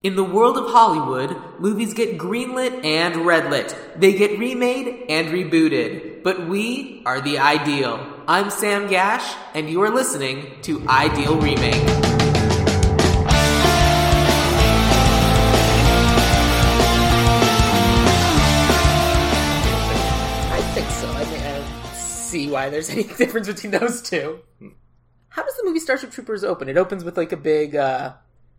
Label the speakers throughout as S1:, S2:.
S1: In the world of Hollywood, movies get greenlit and redlit. They get remade and rebooted. But we are the ideal. I'm Sam Gash, and you are listening to Ideal Remake. I think so. I mean, I don't see why there's any difference between those two. How does the movie Starship Troopers open? It opens with like a big, uh,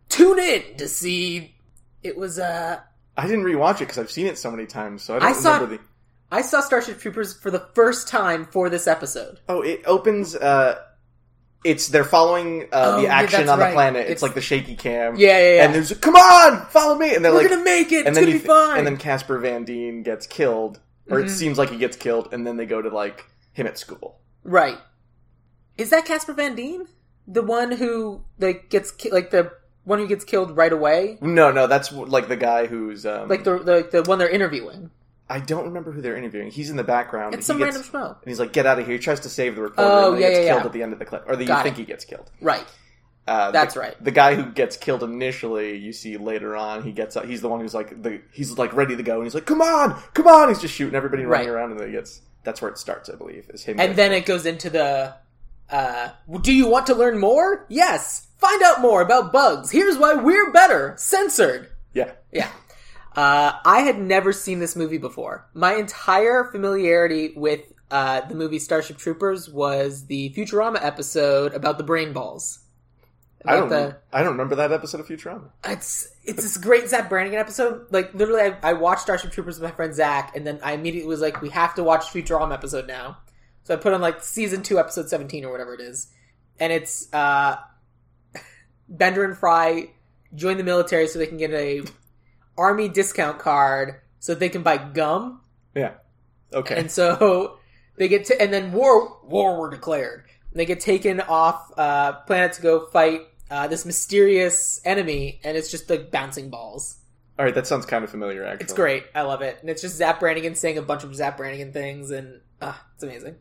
S1: tune in to see. It was, uh,
S2: I didn't rewatch it because I've seen it so many times, so I don't
S1: I saw-
S2: remember the.
S1: I saw Starship Troopers for the first time for this episode.
S2: Oh, it opens. Uh, it's they're following uh,
S1: Oh,
S2: the
S1: yeah,
S2: action
S1: that's
S2: on the
S1: right.
S2: planet. It's,
S1: It's-
S2: like the shaky cam.
S1: Yeah, yeah, yeah.
S2: And there's come on, follow me, and they're
S1: We're
S2: like,
S1: gonna make it.
S2: and
S1: It's gonna
S2: then
S1: be
S2: you th-
S1: fine. Mm-hmm.
S2: And then Casper Van Dien gets killed, or it seems like he gets killed, and then they go to like him at school.
S1: right? Is that Casper Van Dien, the one who like gets ki- like the one who gets killed right away,
S2: No, no, that's like the guy who's um,
S1: like the the, the one they're interviewing?
S2: I don't remember who they're interviewing. He's in the background.
S1: It's
S2: He
S1: some
S2: gets-
S1: random schmo,
S2: and he's like, "Get out of here!" He tries to save the reporter,
S1: Oh,
S2: and then
S1: yeah,
S2: he gets
S1: yeah,
S2: killed
S1: yeah.
S2: at the end of the clip, or the, you
S1: Got
S2: think
S1: it.
S2: he gets killed.
S1: right?
S2: Uh, the-
S1: That's right.
S2: The guy who gets killed initially, you see later on, he gets up. He's the one who's like the he's like ready to go, and he's like, "Come on, come on!" He's just shooting everybody and running
S1: Right.
S2: around, and then he gets. That's where it starts, I believe, is him.
S1: And then it goes into the. Uh, do you want to learn more? Yes. Find out more about bugs. Here's why we're better. Censored.
S2: yeah,
S1: Yeah. Uh, I had never seen this movie before. My entire familiarity with uh, the movie Starship Troopers was the Futurama episode about the brain balls.
S2: I don't.
S1: the,
S2: I don't remember that episode of Futurama.
S1: it's it's this great Zach Brannigan episode. Like literally, I, I watched Starship Troopers with my friend Zach, and then I immediately was like, "We have to watch Futurama episode now." So I put on like season two, episode seventeen, or whatever it is, and it's uh, Bender and Fry join the military so they can get a army discount card so they can buy gum.
S2: Yeah. Okay.
S1: And so they get to, and then war war were declared. They get taken off uh, planet to go fight uh, this mysterious enemy, and it's just like bouncing balls.
S2: All right. That sounds kind of familiar. Actually,
S1: It's great. I love it, and it's just Zap Brannigan saying a bunch of Zap Brannigan things, and uh, it's amazing.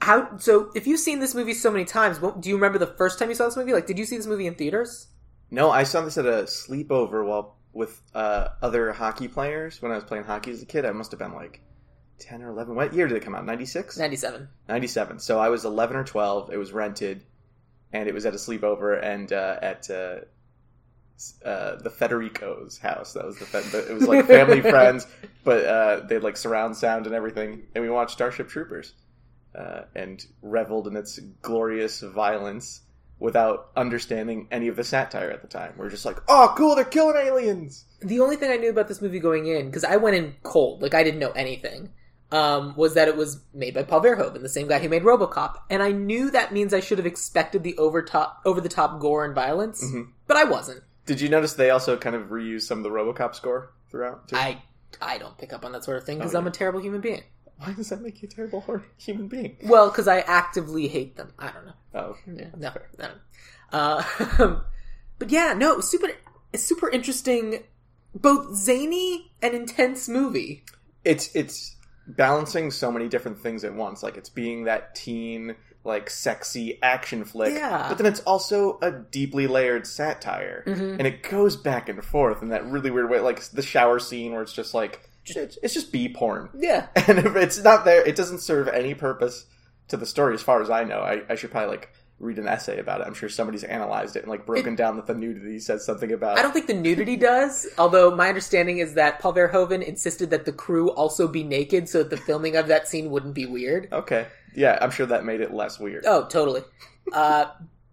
S1: How so? If you've seen this movie so many times, what, do you remember the first time you saw this movie? Like, did you see this movie in theaters?
S2: No, I saw this at a sleepover while with uh, other hockey players when I was playing hockey as a kid. I must have been like ten or eleven. What year did it come out? Ninety six.
S1: Ninety-seven.
S2: 97 so i was 11 or 12 it was rented and it was at a sleepover and uh, at uh, s- uh, the federico's house that was the, fe- the it was like family friends but uh, they had like surround sound and everything and we watched starship troopers uh, and reveled in its glorious violence without understanding any of the satire at the time we are just like oh cool they're killing aliens
S1: the only thing I knew about this movie going in, because I went in cold, like I didn't know anything, um, was that it was made by Paul Verhoeven, the same guy who made RoboCop, and I knew that means I should have expected the over top, over the top gore and violence, but I wasn't.
S2: did you notice they also kind of reused some of the robocop score throughout too?
S1: I I don't pick up on that sort of thing because
S2: Oh,
S1: I'm a terrible human being.
S2: why does that make you a terrible horror human being
S1: Well, because I actively hate them. I don't know.
S2: oh
S1: Yeah, no, no. Uh, but yeah, no, it was super, a super interesting, both zany and intense movie.
S2: it's it's balancing so many different things at once. Like it's being that teen, like sexy action flick,
S1: Yeah.
S2: but then it's also a deeply layered satire,
S1: Mm-hmm.
S2: and it goes back and forth in that really weird way. Like the shower scene where it's just like it's, it's just bee porn,
S1: Yeah.
S2: and if it's not there. It doesn't serve any purpose to the story, as far as I know. I, I should probably like read an essay about it. I'm sure somebody's analyzed it and like broken down that the nudity says something about.
S1: I don't think the nudity does, although my understanding is that Paul Verhoeven insisted that the crew also be naked so that the filming of that scene wouldn't be weird.
S2: Okay, yeah, I'm sure that made it less weird.
S1: Oh, totally. Uh,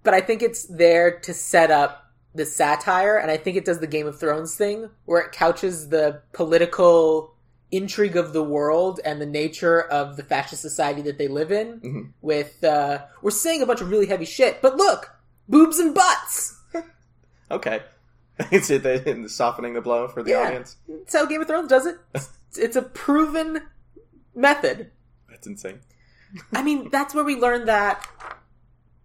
S1: but I think it's there to set up the satire, and I think it does the Game of Thrones thing where it couches the political intrigue of the world and the nature of the fascist society that they live in
S2: Mhm.
S1: with uh, we're saying a bunch of really heavy shit, but look, boobs and butts.
S2: Okay. Is it the, in the softening the blow for the
S1: Yeah.
S2: audience?
S1: That's how Game of Thrones does it. It's- It's a proven method.
S2: That's insane.
S1: I mean, that's where we learned that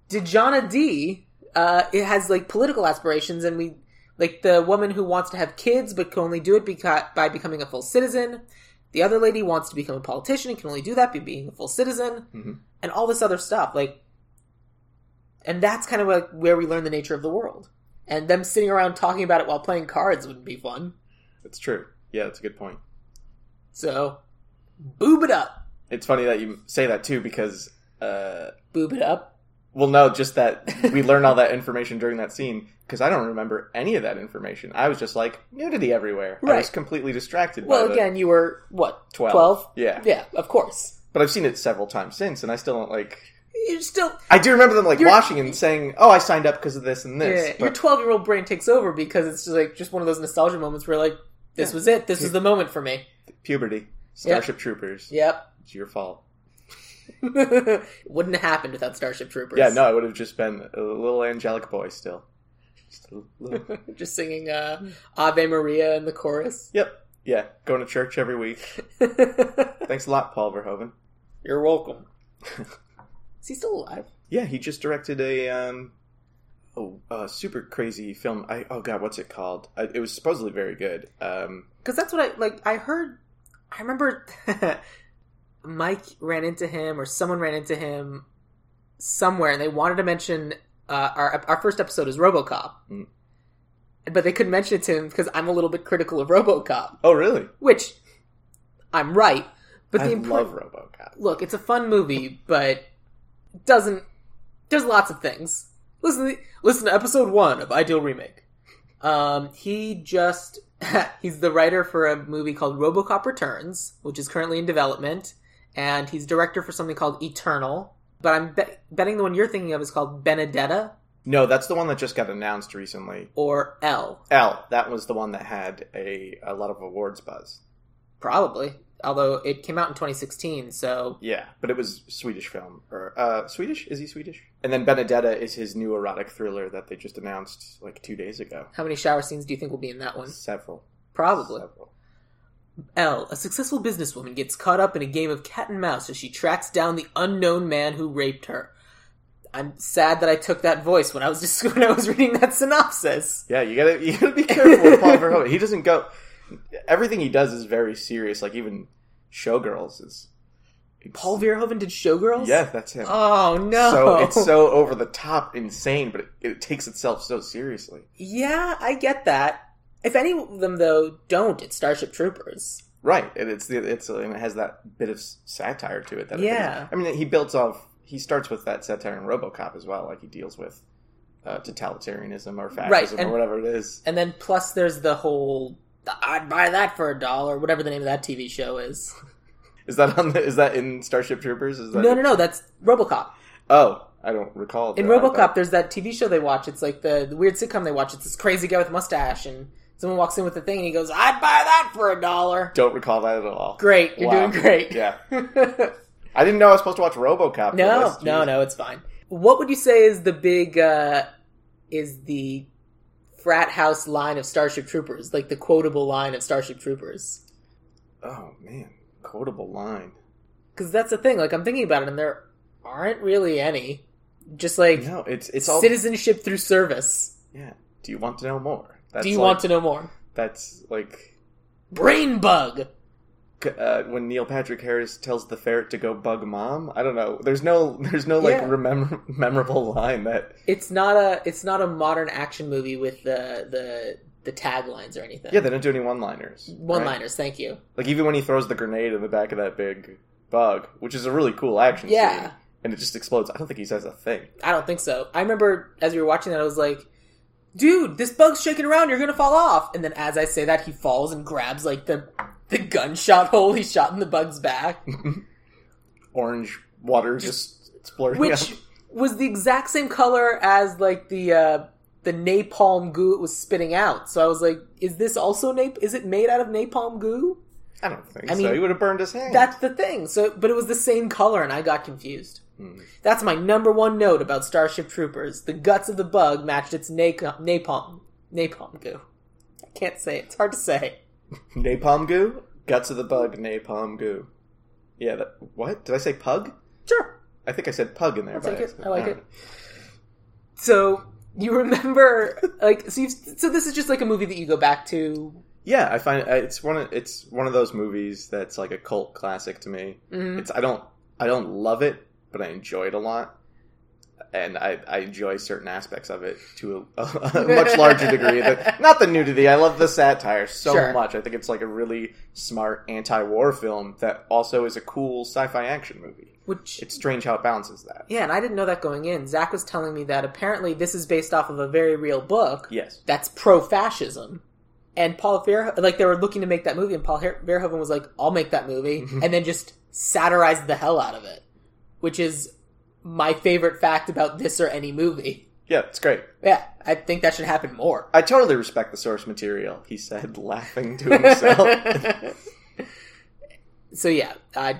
S1: Dejana D uh, it has like political aspirations, and we like the woman who wants to have kids but can only do it beca- by becoming a full citizen. The other lady wants to become a politician and can only do that by being a full citizen,
S2: Mhm.
S1: and all this other stuff. Like, and that's kind of like where we learn the nature of the world. and them sitting around talking about it while playing cards wouldn't be fun.
S2: That's true. Yeah, that's a good point.
S1: So, boob it up,
S2: It's funny that you say that too because, uh,
S1: boob it up.
S2: well, no, just that we learn all that information during that scene because I don't remember any of that information. I was just like nudity everywhere. I was
S1: Right.
S2: completely distracted. by
S1: Well,
S2: the
S1: again, you were what
S2: 12.
S1: twelve?
S2: Yeah.
S1: Yeah, of course.
S2: but I've seen it several times since, and I still don't like.
S1: You're still
S2: I do remember them like
S1: You're-
S2: watching and saying, "Oh, I signed up because of this and this."
S1: yeah,
S2: but-
S1: your twelve year old brain takes over because it's just like just one of those nostalgia moments where like this
S2: Yeah.
S1: was it, this was the moment for me.
S2: Puberty. Starship Troopers.
S1: Yep.
S2: It's your fault.
S1: Wouldn't have happened without Starship Troopers.
S2: Yeah, no, I would have just been a little angelic boy still. Just a little-
S1: Just singing uh, Ave Maria in the chorus.
S2: yep. Yeah, going to church every week. Thanks a lot, Paul Verhoeven.
S1: You're welcome. Is he still alive?
S2: Yeah, he just directed a um, oh, a super crazy film. I oh god, what's it called? I, it was supposedly very good. Um,
S1: Because that's what I like. I heard. I remember Mike ran into him, or someone ran into him somewhere, and they wanted to mention uh, our our first episode is RoboCop,
S2: Mm.
S1: but they couldn't mention it to him because I'm a little bit critical of RoboCop,
S2: oh really?
S1: which I'm right. But
S2: I
S1: the important
S2: love RoboCop.
S1: look, it's a fun movie, but it doesn't. There's lots of things. Listen, to, listen to episode one of Ideal Remake. Um, he just he's the writer for a movie called RoboCop Returns, which is currently in development, and he's director for something called Eternal. But I'm be- betting the one you're thinking of is called Benedetta
S2: No, that's the one that just got announced recently.
S1: or L,
S2: L. That was the one that had a a lot of awards buzz.
S1: probably. Although it came out in 2016, so
S2: Yeah, but it was Swedish film or uh, Swedish? Is he Swedish? And then Benedetta is his new erotic thriller that they just announced like two days ago.
S1: how many shower scenes do you think will be in that one?
S2: Several,
S1: Mm-hmm. Probably.
S2: several.
S1: L, a successful businesswoman, gets caught up in a game of cat and mouse as she tracks down the unknown man who raped her. I'm sad that I took that voice when I was just when I was reading that synopsis.
S2: Yeah, you gotta you gotta be careful with Paul Verhoeven. He doesn't go. Everything he does is very serious. Like even Showgirls is.
S1: Paul Verhoeven did Showgirls.
S2: Yeah, that's him.
S1: Oh no.
S2: So it's so over the top, insane, but it, it takes itself so seriously.
S1: yeah, I get that. If any of them though don't, it's Starship Troopers.
S2: Right, and it's the it's and it has that bit of s- satire to it. That I think is-
S1: Yeah.
S2: I mean he builds off. He starts with that satire in RoboCop as well. Like he deals with uh, totalitarianism or fascism
S1: and-
S2: or whatever it is.
S1: And then plus there's the whole I'd buy that for a dollar, whatever the name of that TV show is.
S2: Is that on? The, is that in Starship Troopers? Is that
S1: No, no, no, that's RoboCop.
S2: Oh, I don't recall.
S1: In
S2: that. I
S1: RoboCop,
S2: thought-
S1: there's that TV show they watch. It's like the, the weird sitcom they watch. It's this crazy guy with a mustache, and someone walks in with a thing, and he goes, "I'd buy that for a dollar."
S2: don't recall that at all.
S1: Great, you're
S2: Wow.
S1: doing great.
S2: Yeah, I didn't know I was supposed to watch RoboCop. for
S1: no,
S2: this. Jeez.
S1: no, no, it's fine. What would you say is the big uh, is the frat house line of Starship Troopers, like the quotable line of Starship Troopers?
S2: Oh man, quotable line.
S1: Because that's the thing. Like I'm thinking about it, and there aren't really any. Just like
S2: No, it's it's all.
S1: citizenship through service.
S2: yeah. Do you want to know more? That's
S1: Do you
S2: like-
S1: want to know more?
S2: That's like
S1: Brain bug.
S2: uh, when Neil Patrick Harris tells the ferret to go bug mom. I don't know. There's no there's no like
S1: Yeah.
S2: remem- memorable line that
S1: it's not a it's not a modern action movie with the the the taglines or anything.
S2: yeah they don't do any one liners.
S1: one liners. Thank you.
S2: Like even when he throws the grenade in the back of that big bug, which is a really cool action.
S1: Yeah.
S2: scene, and it just explodes. I don't think he says a thing.
S1: I don't think so. I remember as we were watching that, I was like, "Dude, this bug's shaking around. You're gonna fall off." And then as I say that, he falls and grabs like the the gunshot hole he shot in the bug's back,
S2: Orange water just splurting.
S1: which was the exact same color as like the uh, the napalm goo it was spitting out. So I was like, "Is this also nap? Is it made out of napalm goo?"
S2: I don't think
S1: I
S2: so.
S1: mean,
S2: he would have burned his hand.
S1: That's the thing. So, but it was the same color, and I got confused.
S2: Hmm.
S1: That's my number one note about Starship Troopers. The guts of the bug matched its naco- napalm napalm goo. I can't say it. it's hard to say.
S2: napalm goo, guts of the bug, napalm goo. Yeah. That, what did I say? Pug?
S1: Sure.
S2: I think I said pug in there.
S1: I'll
S2: by
S1: take it.
S2: accident.
S1: I like
S2: don't
S1: it.
S2: know.
S1: So you remember, like, so, you've, so this is just like a movie that you go back to.
S2: Yeah, I find I- it's one. Of, it's one of those movies that's like a cult classic to me.
S1: Mhm.
S2: It's I don't I don't love it, but I enjoy it a lot. and I, I enjoy certain aspects of it to a, a much larger degree. Than, not the nudity. I love the satire so
S1: Sure.
S2: much. I think it's like a really smart anti-war film that also is a cool sci-fi action movie.
S1: Which
S2: It's strange how it balances that.
S1: yeah, and I didn't know that going in. Zach was telling me that apparently this is based off of a very real book
S2: Yes.
S1: that's pro-fascism. And Paul Verhoeven, like they were looking to make that movie, and Paul Her- Verhoeven was like, "I'll make that movie," and then just satirized the hell out of it, which is my favorite fact about this or any movie.
S2: Yeah, it's great.
S1: Yeah, I think that should happen more.
S2: I totally respect the source material, he said, laughing to himself.
S1: so yeah, uh,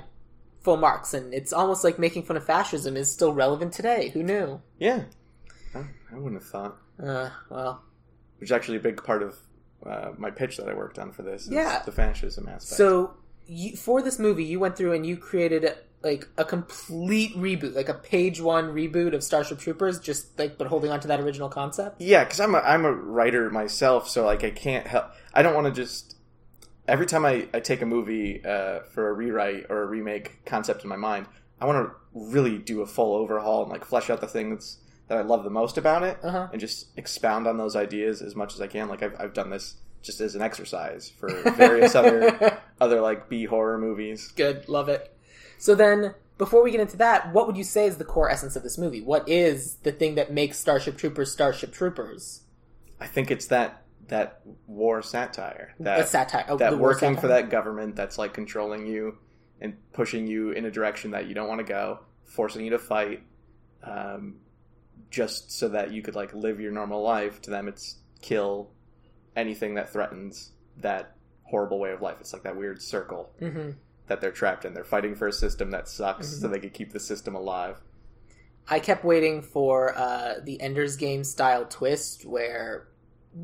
S1: full marks, and it's almost like making fun of fascism is still relevant today. Who knew?
S2: yeah. I, I wouldn't have thought.
S1: Uh, well,
S2: Which is actually a big part of uh, my pitch that I worked on for this. is
S1: Yeah.
S2: The fascism aspect.
S1: so you, for this movie, you went through and you created like a complete reboot, like a page one reboot of Starship Troopers, just like but holding on to that original concept.
S2: Yeah, because I'm a, I'm a writer myself, so like I can't help. I don't want to just every time I, I take a movie uh, for a rewrite or a remake concept in my mind, I want to really do a full overhaul and like flesh out the things that I love the most about it,
S1: Uh-huh.
S2: and just expound on those ideas as much as I can. Like I've I've done this just as an exercise for various other other like B horror movies.
S1: Good, love it. So then, before we get into that, what would you say is the core essence of this movie? What is the thing that makes Starship Troopers Starship Troopers?
S2: I think it's that that war satire that
S1: a satire. Oh, the
S2: that
S1: war
S2: working
S1: satire.
S2: for that government that's like controlling you and pushing you in a direction that you don't want to go, forcing you to fight, um, just so that you could like live your normal life. To them, it's kill anything that threatens that horrible way of life. It's like that weird circle
S1: Mhm.
S2: that they're trapped in. They're fighting for a system that sucks so
S1: Mm-hmm.
S2: they could keep the system alive.
S1: I kept waiting for uh, the Ender's Game style twist where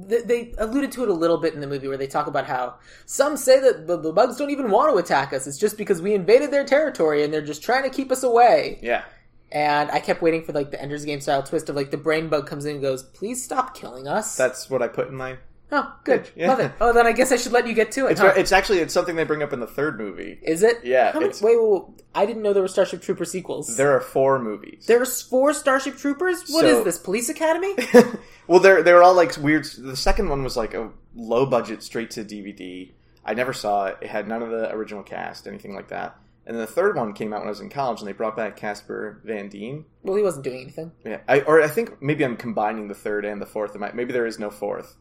S1: th- they alluded to it a little bit in the movie where they talk about how some say that the, the bugs don't even want to attack us. It's just because we invaded their territory and they're just trying to keep us away.
S2: Yeah,
S1: And I kept waiting for like the Ender's Game style twist of like the brain bug comes in and goes, "Please stop killing us."
S2: that's what I put in my.
S1: oh, good,
S2: Yeah.
S1: love it. Oh, then I guess I should let you get to it.
S2: It's,
S1: huh?
S2: it's actually it's something they bring up in the third movie.
S1: Is it?
S2: Yeah,
S1: How many,
S2: it's-
S1: wait, wait, wait, I didn't know there were Starship Trooper sequels.
S2: There are four movies.
S1: There's four Starship Troopers. What is
S2: So-
S1: this? Police Academy?
S2: well, they're they were all like weird. The second one was like a low budget, straight to DVD. I never saw it. It had none of the original cast, anything like that. And then the third one came out when I was in college, and they brought back Casper Van Dien.
S1: well, he wasn't doing anything.
S2: Yeah, I, or I think maybe I'm combining the third and the fourth. It might- Maybe there is no fourth,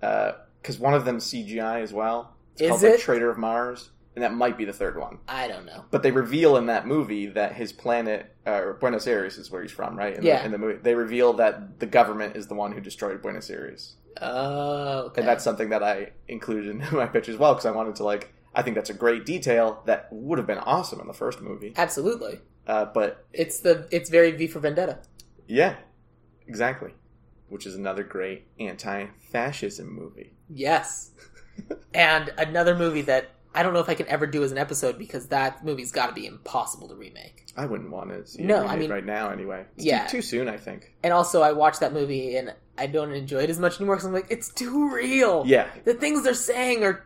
S2: because one of them CGI as well. It's
S1: Is
S2: called like,
S1: it?
S2: Traitor of Mars, and that might be the third one.
S1: I don't know.
S2: But they reveal in that movie that his planet, uh, or Buenos Aires is where he's from, right? In
S1: Yeah.
S2: The, in the movie, they reveal that the government is the one who destroyed Buenos Aires,
S1: Oh, okay.
S2: and that's something that I included in my pitch as well because I wanted to like. I think that's a great detail that would have been awesome in the first movie,
S1: absolutely.
S2: uh, but
S1: It's the it's very V for Vendetta.
S2: yeah, exactly, which is another great anti-fascism movie.
S1: Yes. and another movie that I don't know if I can ever do as an episode because that movie's got to be impossible to remake.
S2: I wouldn't want to see
S1: No,
S2: it
S1: I
S2: remade
S1: mean-
S2: right now anyway. It's
S1: Yeah.
S2: too, too soon, I think.
S1: And also, I watched that movie and I don't enjoy it as much anymore because I'm like, it's too real.
S2: Yeah,
S1: The things they're saying are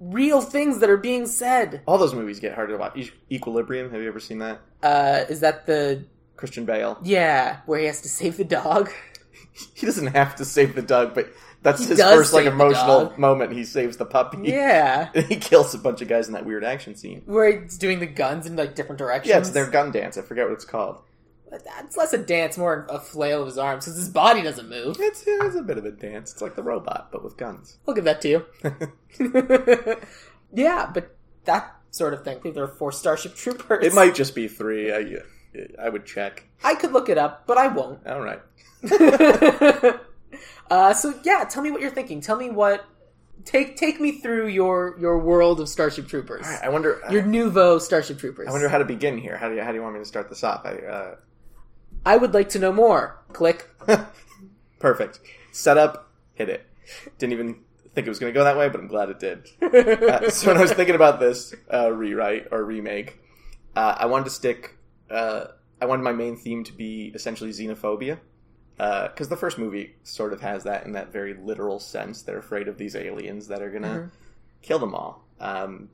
S1: real things that are being said.
S2: all those movies get harder to watch. E- Equilibrium, have you ever seen that?
S1: Uh, is that the
S2: Christian Bale.
S1: yeah where he has to save the dog?
S2: he doesn't have to save the dog, but that's
S1: He
S2: his
S1: does
S2: first like
S1: save the
S2: emotional
S1: dog.
S2: moment. He saves the puppy.
S1: Yeah,
S2: he kills a bunch of guys in that weird action scene.
S1: where he's doing the guns in like different directions.
S2: Yeah, it's their gun dance. I forget what it's called.
S1: But That's less a dance, more a flail of his arms, because his body doesn't move.
S2: It's, it's a bit of a dance. It's like the robot, but with guns.
S1: We'll give that to you. yeah, but that sort of thing. I believe there are four Starship Troopers.
S2: It might just be three. I, I would check.
S1: I could look it up, but I won't.
S2: All right.
S1: uh, so yeah, tell me what you're thinking. Tell me what. Take take me through your your world of Starship Troopers.
S2: All right. I wonder.
S1: Your nouveau Starship Troopers.
S2: I wonder how to begin here. How do you, how do you want me to start this off? I,
S1: I would like to know more. Click.
S2: uh, perfect. Set up. Hit it. Didn't even think it was going to go that way, but I'm glad it did. Uh, so when I was thinking about this uh, rewrite or remake, uh, I wanted to stick. Uh, I wanted my main theme to be essentially xenophobia, because the first movie sort of has that in that very literal sense. They're afraid of these aliens that are gonna kill them all. Um,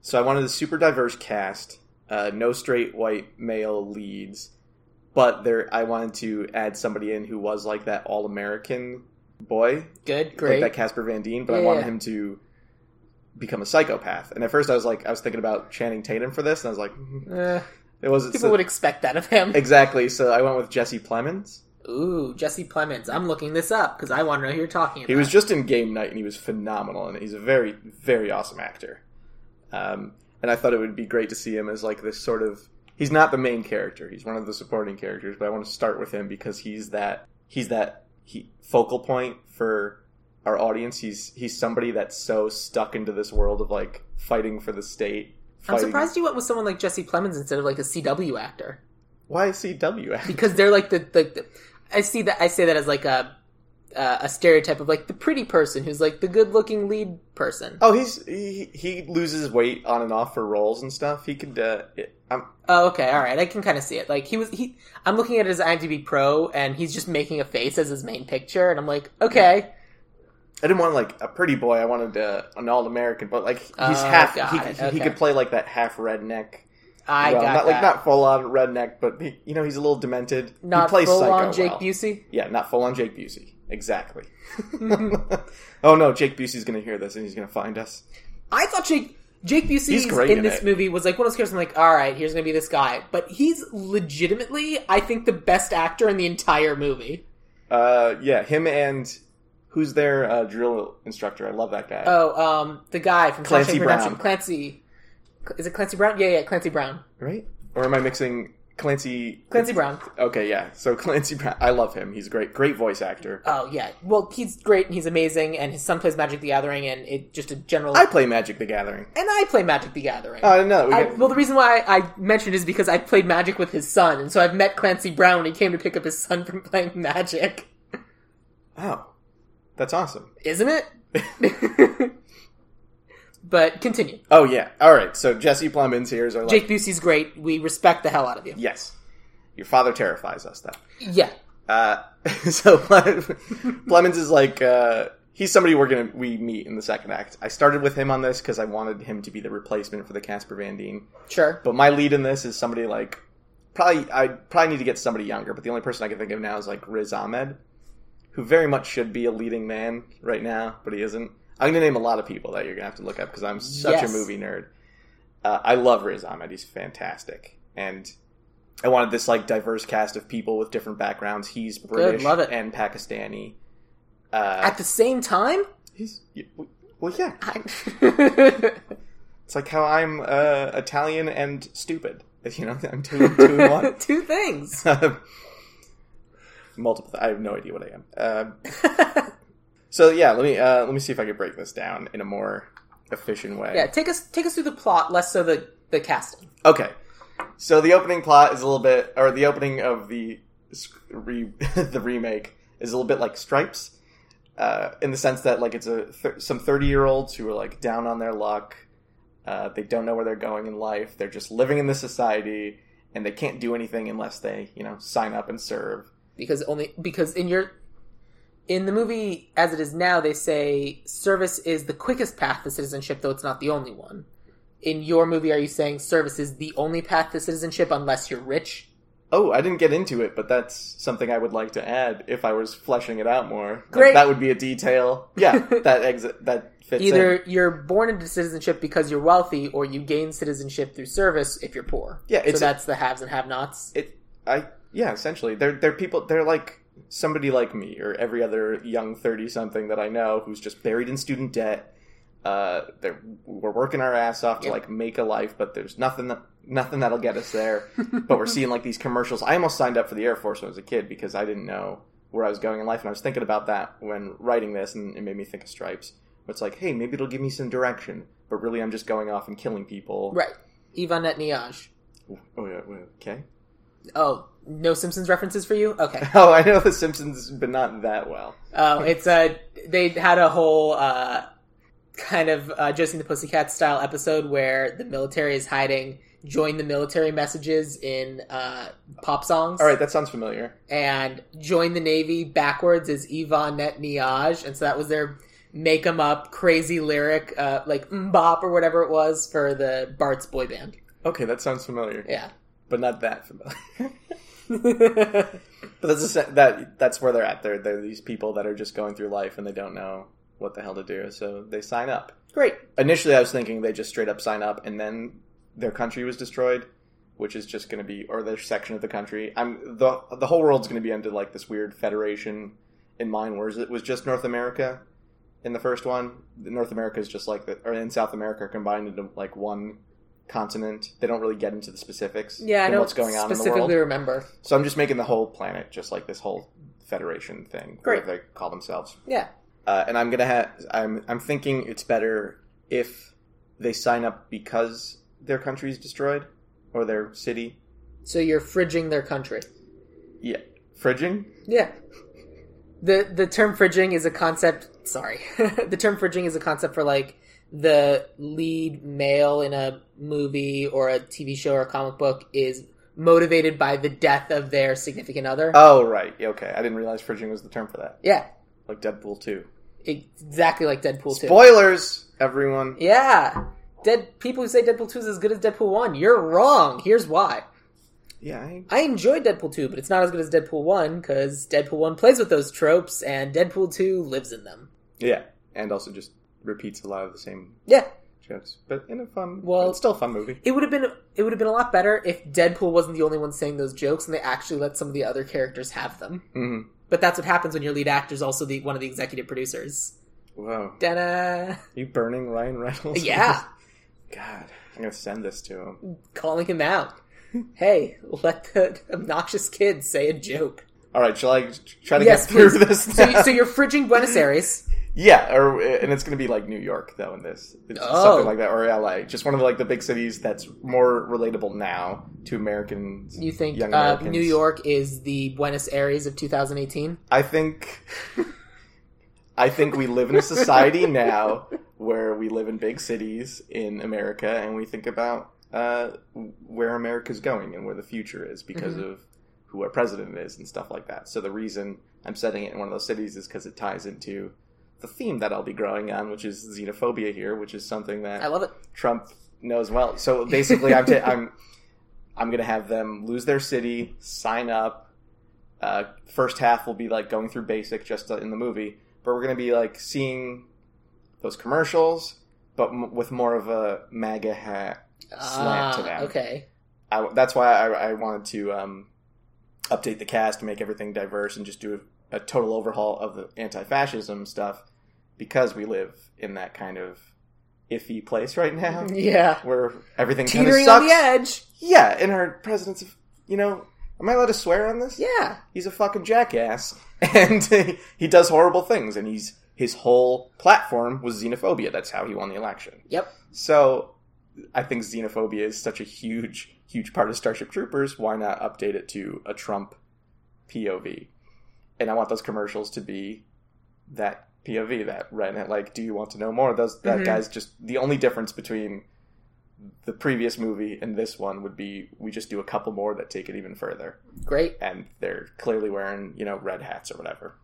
S2: so I wanted a super diverse cast, uh, no straight white male leads, But there, I wanted to add somebody in who was like that all American boy,
S1: Good, great.
S2: like that Casper Van Dien. But I
S1: Yeah,
S2: wanted
S1: yeah.
S2: him to become a psychopath. And at first, I was like, I was thinking about Channing Tatum for this, and I was like, mm,
S1: Eh,
S2: it wasn't
S1: people
S2: so-
S1: would expect that of him.
S2: exactly. So I went with Jesse Plemons.
S1: Ooh, Jesse Plemons. I'm looking this up because I want to know who you're talking about.
S2: He was just in Game Night, and he was phenomenal. And he's a very, very awesome actor. Um, and I thought it would be great to see him as like this sort of. He's not the main character. He's one of the supporting characters, but I want to start with him because he's that. He's that he, focal point for our audience. He's he's somebody that's so stuck into this world of like fighting for the state.
S1: I'm
S2: Fighting.
S1: surprised you went with someone like Jesse Plemons instead of like a CW actor
S2: Why CW? actor?
S1: because they're like the, the, the I see that I say that as like a uh, a stereotype of like the pretty person who's like the good looking lead person.
S2: Oh, he's he, he loses weight on and off for roles and stuff. He could. Uh, it, I'm,
S1: Oh, okay, all right, I can kind of see it. Like he was he. I'm looking at his IMDb Pro and he's just making a face as his main picture, and I'm like, okay,
S2: I didn't want like a pretty boy. I wanted uh, an all American, but like he's
S1: Oh,
S2: half.
S1: got
S2: He,
S1: it.
S2: he- he
S1: Okay.
S2: could play like that half redneck.
S1: I
S2: well,
S1: got
S2: not
S1: that.
S2: like not full on redneck, but he, you know he's a little demented. he
S1: not
S2: plays
S1: full
S2: psycho
S1: on Jake
S2: well.
S1: Busey.
S2: Yeah, not full on Jake Busey. Exactly. oh no, Jake Busey's gonna hear this and he's gonna find us.
S1: I thought Jake Jake Busey
S2: He's great
S1: in
S2: in
S1: this
S2: it.
S1: movie was like one of those characters. I'm like, all right, here's gonna be this guy, but he's legitimately, I think, the best actor in the entire movie.
S2: Uh, yeah, him and who's their uh, drill instructor? I love that guy.
S1: Oh, um, the guy from
S2: Clancy
S1: Shawshank Redemption,
S2: Brown.
S1: Clancy. Is it Clancy Brown? Yeah, yeah, Clancy Brown.
S2: right? Or am I mixing Clancy?
S1: Clancy Brown.
S2: Okay, yeah. So Clancy, Brown- I love him. He's a great, great voice actor.
S1: Oh yeah. Well, he's great and he's amazing, and his son plays Magic the Gathering, and it just a general.
S2: I play Magic: The Gathering.
S1: and I play Magic the Gathering.
S2: Oh, I didn't know that. We
S1: I,
S2: get-
S1: well, the reason why I mentioned is because I played Magic with his son, and so I've met Clancy Brown. when He came to pick up his son from playing Magic,
S2: Oh, that's awesome.
S1: isn't it? but continue.
S2: Oh yeah. All right. So Jesse Plemons here is our like,
S1: Jake Busey's great. We respect the hell out of you.
S2: yes. Your father terrifies us though.
S1: Yeah.
S2: Uh, so Plem- Plemons is like uh, he's somebody we're gonna we meet in the second act. I started with him on this because I wanted him to be the replacement for the Casper Van Dien.
S1: Sure.
S2: But my lead in this is somebody like probably I probably need to get somebody younger. But the only person I can think of now is like Riz Ahmed, who very much should be a leading man right now, but he isn't. I'm going to name a lot of people that you're going to have to look up because I'm such
S1: Yes.
S2: a movie nerd. Uh, I love Riz Ahmed; he's fantastic, and I wanted this like diverse cast of people with different backgrounds. He's British
S1: love it.
S2: and Pakistani. Uh,
S1: At the same time.
S2: he's well, yeah.
S1: I-
S2: It's like how I'm uh, Italian and stupid. You know, I'm two, two and one.
S1: Two things.
S2: Um, multiple. I have no idea what I am. Um so yeah, let me uh, let me see if I can break this down in a more efficient way.
S1: Yeah, take us take us through the plot, less so the the casting.
S2: Okay. So the opening plot is a little bit, or the opening of the sc- re, the remake is a little bit like Stripes, uh, in the sense that like it's a th- some thirty year olds who are like down on their luck. Uh, they don't know where they're going in life. They're just living in this society, and they can't do anything unless they, you know, sign up and serve.
S1: because only because in your in the movie as it is now they say service is the quickest path to citizenship though it's not the only one in your movie are you saying service is the only path to citizenship unless you're rich
S2: Oh, I didn't get into it, but that's something I would like to add if I was fleshing it out more. Like,
S1: Great.
S2: that would be a detail. Yeah, that exit that fits
S1: either
S2: in.
S1: you're born into citizenship because you're wealthy or you gain citizenship through service if you're poor
S2: Yeah,
S1: so
S2: it's a-
S1: that's the haves and have nots
S2: It I yeah, essentially. They're they're people they're like somebody like me or every other young 30 something that I know who's just buried in student debt. Uh, they're, we're working our ass off to
S1: Yep.
S2: like make a life, but there's nothing that, nothing that'll get us there. but we're seeing like these commercials. I almost signed up for the Air Force when I was a kid because I didn't know where I was going in life, and I was thinking about that when writing this, and it made me think of Stripes. It's like, hey, maybe it'll give me some direction, but really, I'm just going off and killing people.
S1: right Ivan Netanyahu
S2: Oh yeah, well, okay.
S1: oh no Simpsons references for you okay
S2: Oh, I know The Simpsons, but not that well.
S1: Oh, it's a they had a whole uh, kind of uh, Josie and the Pussycat style episode where the military is hiding join the military messages in uh, pop songs.
S2: All right, that sounds familiar.
S1: and join the navy backwards is Yvonne Net Niage, and so that was their make 'em up crazy lyric uh, like bop or whatever it was for the Bart's boy band.
S2: Okay, that sounds familiar,
S1: Yeah.
S2: but not that familiar. But that's the se- that that's where they're at. They're they're these people that are just going through life and they don't know what the hell to do, so they sign up.
S1: Great.
S2: Initially, I was thinking they just straight up sign up, and then their country was destroyed, which is just going to be or their section of the country. I'm the the whole world's going to be under like this weird federation in mine, whereas it was just North America in the first one. North America is just like the or in South America are combined into like one continent. They don't really get into the specifics.
S1: Yeah, I
S2: and
S1: don't
S2: what's going on in the
S1: specifically
S2: world.
S1: remember.
S2: So I'm just making the whole planet just like this whole federation thing,
S1: Great.
S2: where they call themselves.
S1: Yeah.
S2: Uh, and I'm gonna have. I'm I'm thinking it's better if they sign up because their country is destroyed or their city.
S1: So you're fridging their country.
S2: Yeah, fridging.
S1: Yeah. The the term fridging is a concept sorry. the term fridging is a concept for like the lead male in a movie or a TV show or a comic book is motivated by the death of their significant other.
S2: Oh right, Yeah, okay. I didn't realize fridging was the term for that.
S1: yeah.
S2: Like Deadpool two.
S1: Exactly like Deadpool 2.
S2: Spoilers, everyone.
S1: yeah. Dead people who say Deadpool 2 is as good as Deadpool 1, you're wrong. Here's why.
S2: Yeah, I,
S1: I enjoyed Deadpool 2, but it's not as good as Deadpool 1 cuz Deadpool 1 plays with those tropes and Deadpool 2 lives in them.
S2: yeah, and also just repeats a lot of the same
S1: Yeah.
S2: jokes, but in a fun.
S1: Well-
S2: Well, it's still a fun movie.
S1: It would have been it would have been a lot better if Deadpool wasn't the only one saying those jokes and they actually let some of the other characters have them.
S2: hmm
S1: But that's what happens when your lead actor is also the one of the executive producers.
S2: Wow,
S1: Da-da.
S2: you burning Ryan Reynolds?
S1: Yeah,
S2: God, I'm gonna send this to him.
S1: calling him out. Hey, let the obnoxious kid say a joke.
S2: All right, shall I try to
S1: Yes,
S2: get through
S1: please.
S2: this?
S1: So,
S2: now?
S1: so you're fridging Buenos Aires.
S2: yeah, or and it's gonna be like New York though. In this, it's
S1: Oh.
S2: something like that, or LA, just one of the, like the big cities that's more relatable now to Americans.
S1: You think
S2: young
S1: uh,
S2: Americans.
S1: New York is the Buenos Aires of 2018?
S2: I think. I think we live in a society now where we live in big cities in America, and we think about uh, where America's going and where the future is because of who our president is and stuff like that. So the reason I'm setting it in one of those cities is because it ties into the theme that I'll be growing on, which is xenophobia here, which is something that
S1: I love it.
S2: Trump knows well. So basically, I'm, ta- I'm I'm gonna have them lose their city, sign up. Uh, first half will be like going through basic, just uh, in the movie, but we're gonna be like seeing those commercials, but m- with more of a MAGA hat. Slant to
S1: Ah,
S2: them.
S1: Okay.
S2: I, that's why I, I wanted to um, update the cast, make everything diverse, and just do a, a total overhaul of the anti-fascism stuff because we live in that kind of iffy place right now
S1: Yeah.
S2: where everything kind of
S1: Teetering
S2: sucks.
S1: on the edge.
S2: Yeah, and our president's, a- you know, am I allowed to swear on this?
S1: Yeah.
S2: He's a fucking jackass, and he does horrible things, and he's his whole platform was xenophobia. That's how he won the election.
S1: Yep.
S2: So, I think xenophobia is such a huge, huge part of Starship Troopers. Why not update it to a Trump POV? And I want those commercials to be that POV, that redneck. Like, do you want to know more? Those that
S1: Mhm.
S2: guy's just the only difference between the previous movie and this one would be we just do a couple more that take it even further,
S1: Great.
S2: and they're clearly wearing you know red hats or whatever.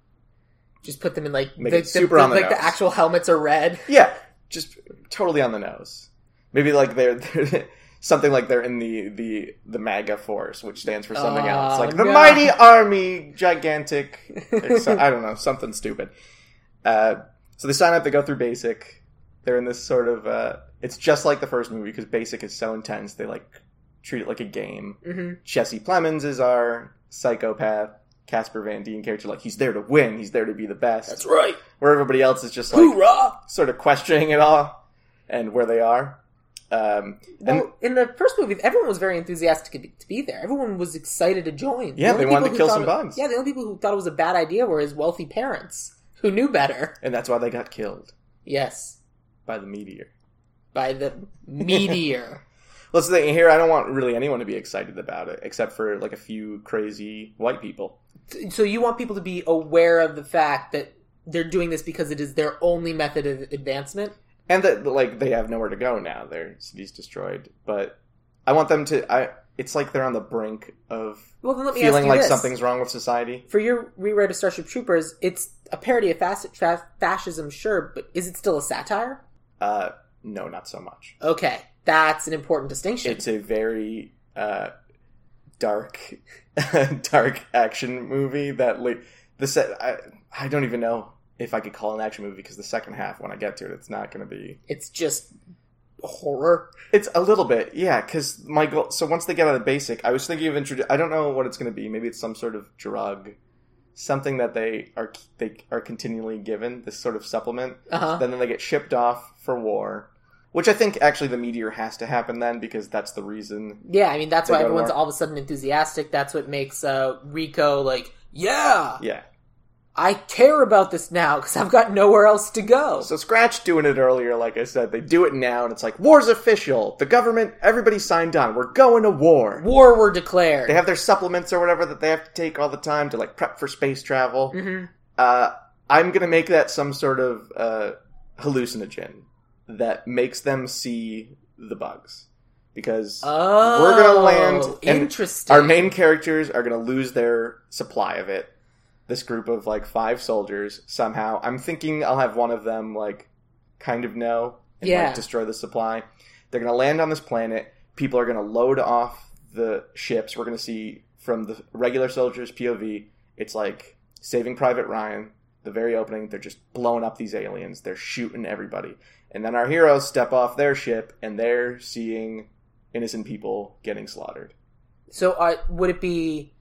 S1: Just put them in like
S2: Make
S1: the,
S2: it super
S1: the-
S2: on the
S1: like the
S2: nose.
S1: actual helmets are red.
S2: Yeah, just totally on the nose. Maybe like they're, they're something like they're in the the the MAGA force, which stands for something
S1: Oh,
S2: else, like the
S1: no.
S2: mighty army, gigantic. ex- I don't know, something stupid. Uh, so they sign up. They go through basic. They're in this sort of. Uh, it's just like the first movie because basic is so intense. They like treat it like a game.
S1: hmm
S2: Jesse Plemons is our psychopath. Casper Van Dien character, like he's there to win. He's there to be the best.
S1: right.
S2: Where everybody else is just like,
S1: Hoorah!
S2: sort of questioning it all and where they are. Um, and
S1: Well, in the first movie, everyone was very enthusiastic to be, to be there. Everyone was excited to join. The
S2: Yeah,
S1: only
S2: they
S1: people
S2: wanted to
S1: who
S2: kill
S1: thought
S2: some
S1: it-
S2: bugs.
S1: Yeah, the only people who thought it was a bad idea were his wealthy parents, who knew better.
S2: and that's why they got killed
S1: Yes,
S2: by the meteor.
S1: by the meteor.
S2: Let's the thing here. I don't want really anyone to be excited about it, except for like a few crazy white people.
S1: so you want people to be aware of the fact that they're doing this because it is their only method of advancement.
S2: and that like they have nowhere to go now their city's destroyed but i want them to i it's like they're on the brink of
S1: Well, then let me ask
S2: feeling
S1: you
S2: like
S1: this.
S2: something's wrong with society
S1: for your rewrite of Starship Troopers, it's a parody of fas- fa- fascism, sure, but is it still a satire?
S2: uh no not so much
S1: Okay, that's an important distinction.
S2: it's a very uh dark, dark action movie that like the set. I I don't even know if I could call it an action movie because the second half, when I get to it, it's not going to be.
S1: It's just horror.
S2: It's a little bit, yeah. Because my goal. So once they get out of the basic, I was thinking of introduce. I don't know what it's going to be. Maybe it's some sort of drug, something that they are they are continually given this sort of supplement.
S1: Uh huh.
S2: Then they get shipped off for war, which I think actually the meteor has to happen then because that's the reason.
S1: Yeah, I mean that's
S2: They
S1: why
S2: go to
S1: everyone's
S2: war.
S1: all of a sudden enthusiastic. That's what makes uh, Rico like, yeah,
S2: Yeah.
S1: I care about this now because I've got nowhere else to go.
S2: So Scratch doing it earlier, like I said, they do it now, and it's like war's official. The government, everybody signed on. We're going to war.
S1: War were declared.
S2: They have their supplements or whatever that they have to take all the time to like prep for space travel.
S1: Mhm.
S2: Uh, I'm gonna make that some sort of uh, hallucinogen that makes them see the bugs because
S1: Oh,
S2: We're gonna land and
S1: Interesting.
S2: our main characters are going to lose their supply of it. This group of like five soldiers somehow. I'm thinking I'll have one of them like kind of know and
S1: Yeah.
S2: like destroy the supply. They're going to land on this planet. People are going to load off the ships. We're going to see from the regular soldiers POV. It's like Saving Private Ryan. The very opening, they're just blowing up these aliens. They're shooting everybody. And then our heroes step off their ship and they're seeing innocent people getting slaughtered.
S1: So uh, would it be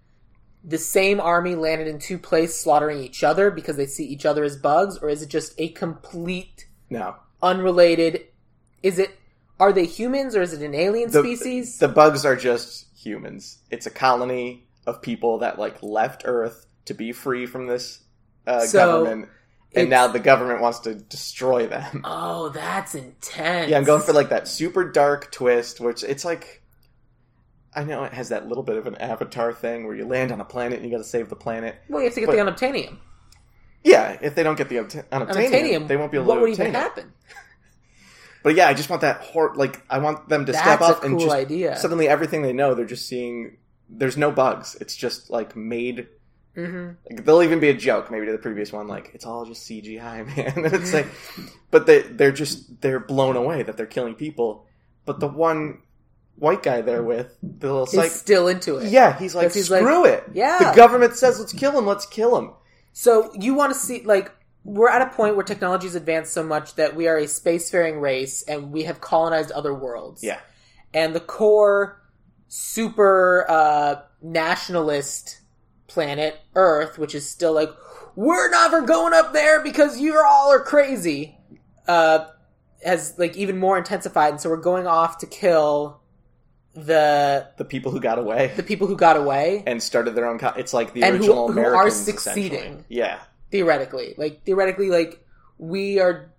S1: the same army landed in two places slaughtering each other because they see each other as bugs, or is it just a complete
S2: No,
S1: unrelated? Is it are they humans or is it an alien
S2: The-
S1: species?
S2: the bugs are just humans. It's a colony of people that like left Earth to be free from this uh,
S1: So,
S2: government,
S1: it's-
S2: and now the government wants to destroy them.
S1: oh, that's intense.
S2: Yeah, I'm going for like that super dark twist, which it's like. I know it has that little bit of an avatar thing where you land on a planet and you got to save the planet.
S1: Well, you have to get
S2: but-
S1: the unobtainium.
S2: Yeah, if they don't get the obta- unobtainium,
S1: Unobtainium.
S2: they won't be able
S1: What
S2: to
S1: would
S2: obtain
S1: even
S2: it.
S1: happen?
S2: But yeah, I just want that hor- like I want them to step
S1: That's a
S2: up
S1: cool
S2: and just
S1: idea.
S2: suddenly everything they know they're just seeing there's no bugs. It's just like made
S1: hmm
S2: like, there'll even be a joke maybe to the previous one like it's all just CGI, man. and it's like but they they're just they're blown away that they're killing people. But the one white guy they're with, the little
S1: He's
S2: psych
S1: still into it.
S2: yeah, he's like,
S1: 'Cause he's like,
S2: screw it.
S1: "Yeah."
S2: The government says, let's kill him, let's kill him.
S1: So you want to see like we're at a point where technology's advanced so much that we are a spacefaring race and we have colonized other worlds.
S2: Yeah.
S1: And the core super uh nationalist planet Earth, which is still like we're never going up there because you all are crazy. Uh has like even more intensified and so we're going off to kill the
S2: The people who got away
S1: the people who got away
S2: and started their own co- it's like the
S1: And who-
S2: original
S1: who are
S2: Americans
S1: succeeding.
S2: essentially. Yeah.
S1: theoretically like theoretically like we are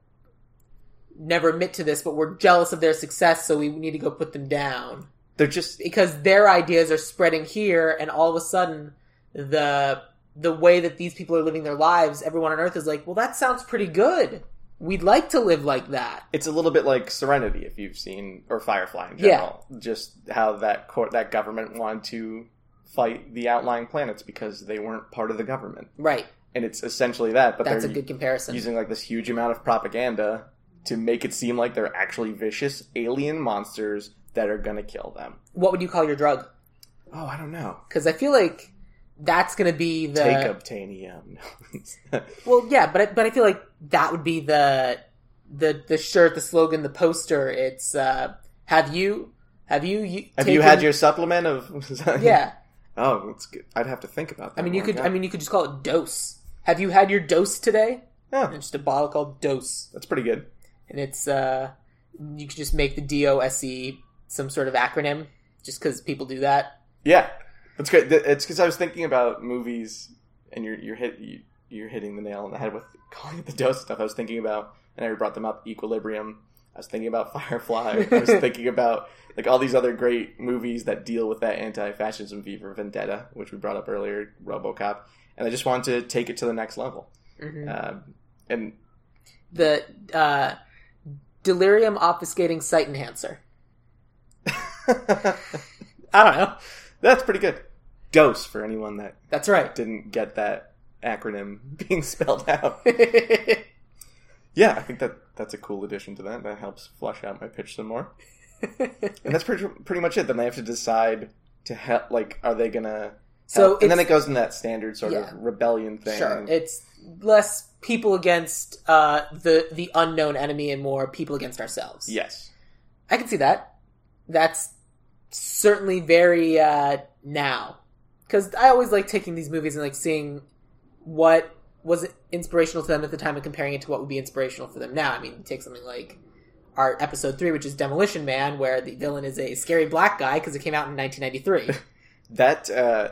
S1: never admit to this but we're jealous of their success so we need to go put them down
S2: They're just
S1: because their ideas are spreading here and all of a sudden the the way that these people are living their lives everyone on earth is like well that sounds pretty good we'd like to live like that
S2: it's a little bit like Serenity, if you've seen or Firefly in general. Just how that court, that government wanted to fight the outlying planets because they weren't part of the government,
S1: right
S2: and it's essentially that. But
S1: that's a
S2: they're
S1: good comparison
S2: using like this huge amount of propaganda to make it seem like they're actually vicious alien monsters that are gonna kill them.
S1: what would you call your drug
S2: Oh, I don't know.
S1: because i feel like that's gonna be the
S2: Take obtanium.
S1: Well, yeah, but I, but I feel like that would be the the the shirt, the slogan, the poster. It's uh, have you have you, you
S2: Have you
S1: taken-
S2: had your supplement of?
S1: yeah?
S2: Oh, it's good. I'd have to think about that.
S1: I mean, you
S2: more.
S1: could
S2: Yeah.
S1: I mean you could just call it dose. Have you had your dose today?
S2: Yeah.
S1: It's just a bottle called dose,
S2: that's pretty good.
S1: and it's uh, you could just make the D O S E some sort of acronym, just because people do that.
S2: Yeah, that's good. Th- It's because I was thinking about movies, and you're you're hit you- you're hitting the nail on the head with calling it the dose stuff. I was thinking about, and I brought them up. Equilibrium. I was thinking about Firefly. I was thinking about like all these other great movies that deal with that anti-fascism fever, Vendetta, which we brought up earlier, RoboCop, and I just wanted to take it to the next level.
S1: Mhm.
S2: Um, and
S1: The uh, delirium obfuscating sight enhancer. I don't know.
S2: that's pretty good. Dose for anyone that
S1: That's right.
S2: didn't get that acronym being spelled out. Yeah, I think that that's a cool addition to that. That helps flush out my pitch some more. and that's pretty pretty much it. Then they have to decide to hell? Like, are they gonna?
S1: So
S2: help? and then
S1: it's-
S2: it goes into that standard sort
S1: Yeah.
S2: of rebellion thing.
S1: Sure, it's less people against uh, the the unknown enemy and more people against ourselves.
S2: yes.
S1: I can see that. That's certainly very uh, now because I always like taking these movies and like seeing what was inspirational to them at the time and comparing it to what would be inspirational for them now. I mean, take something like our episode three, which is Demolition Man, where the villain is a scary black guy because it came out in 1993.
S2: That uh,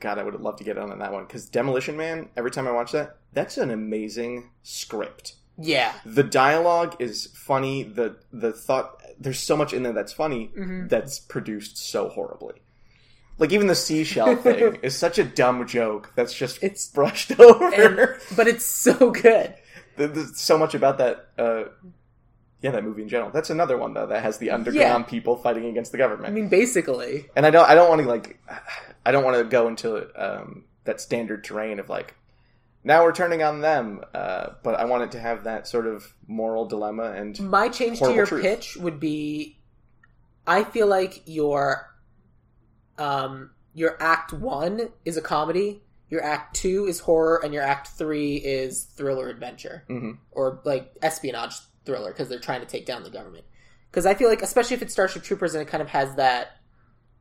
S2: God, I would love to get on that one because Demolition Man. Every time I watch that, that's an amazing script.
S1: yeah.
S2: The dialogue is funny. The the thought there's so much in there that's funny
S1: Mhm.
S2: that's produced so horribly. Like even the seashell thing is such a dumb joke that's just
S1: It's-
S2: brushed over.
S1: And- but it's so good.
S2: There- There's so much about that. Uh, yeah, that movie in general. That's another one though that has the underground people fighting against the government.
S1: I mean, basically.
S2: and I don't I don't want to like I don't want to go into um, that standard terrain of like now we're turning on them, uh, but I want it to have that sort of moral dilemma and
S1: My change to
S2: Horrible
S1: your
S2: truth.
S1: pitch would be I feel like your um your act 1 is a comedy, your act 2 is horror and your act 3 is thriller adventure
S2: Mhm.
S1: or like espionage thriller cuz they're trying to take down the government. Cuz I feel like especially if it's Starship Troopers and it kind of has that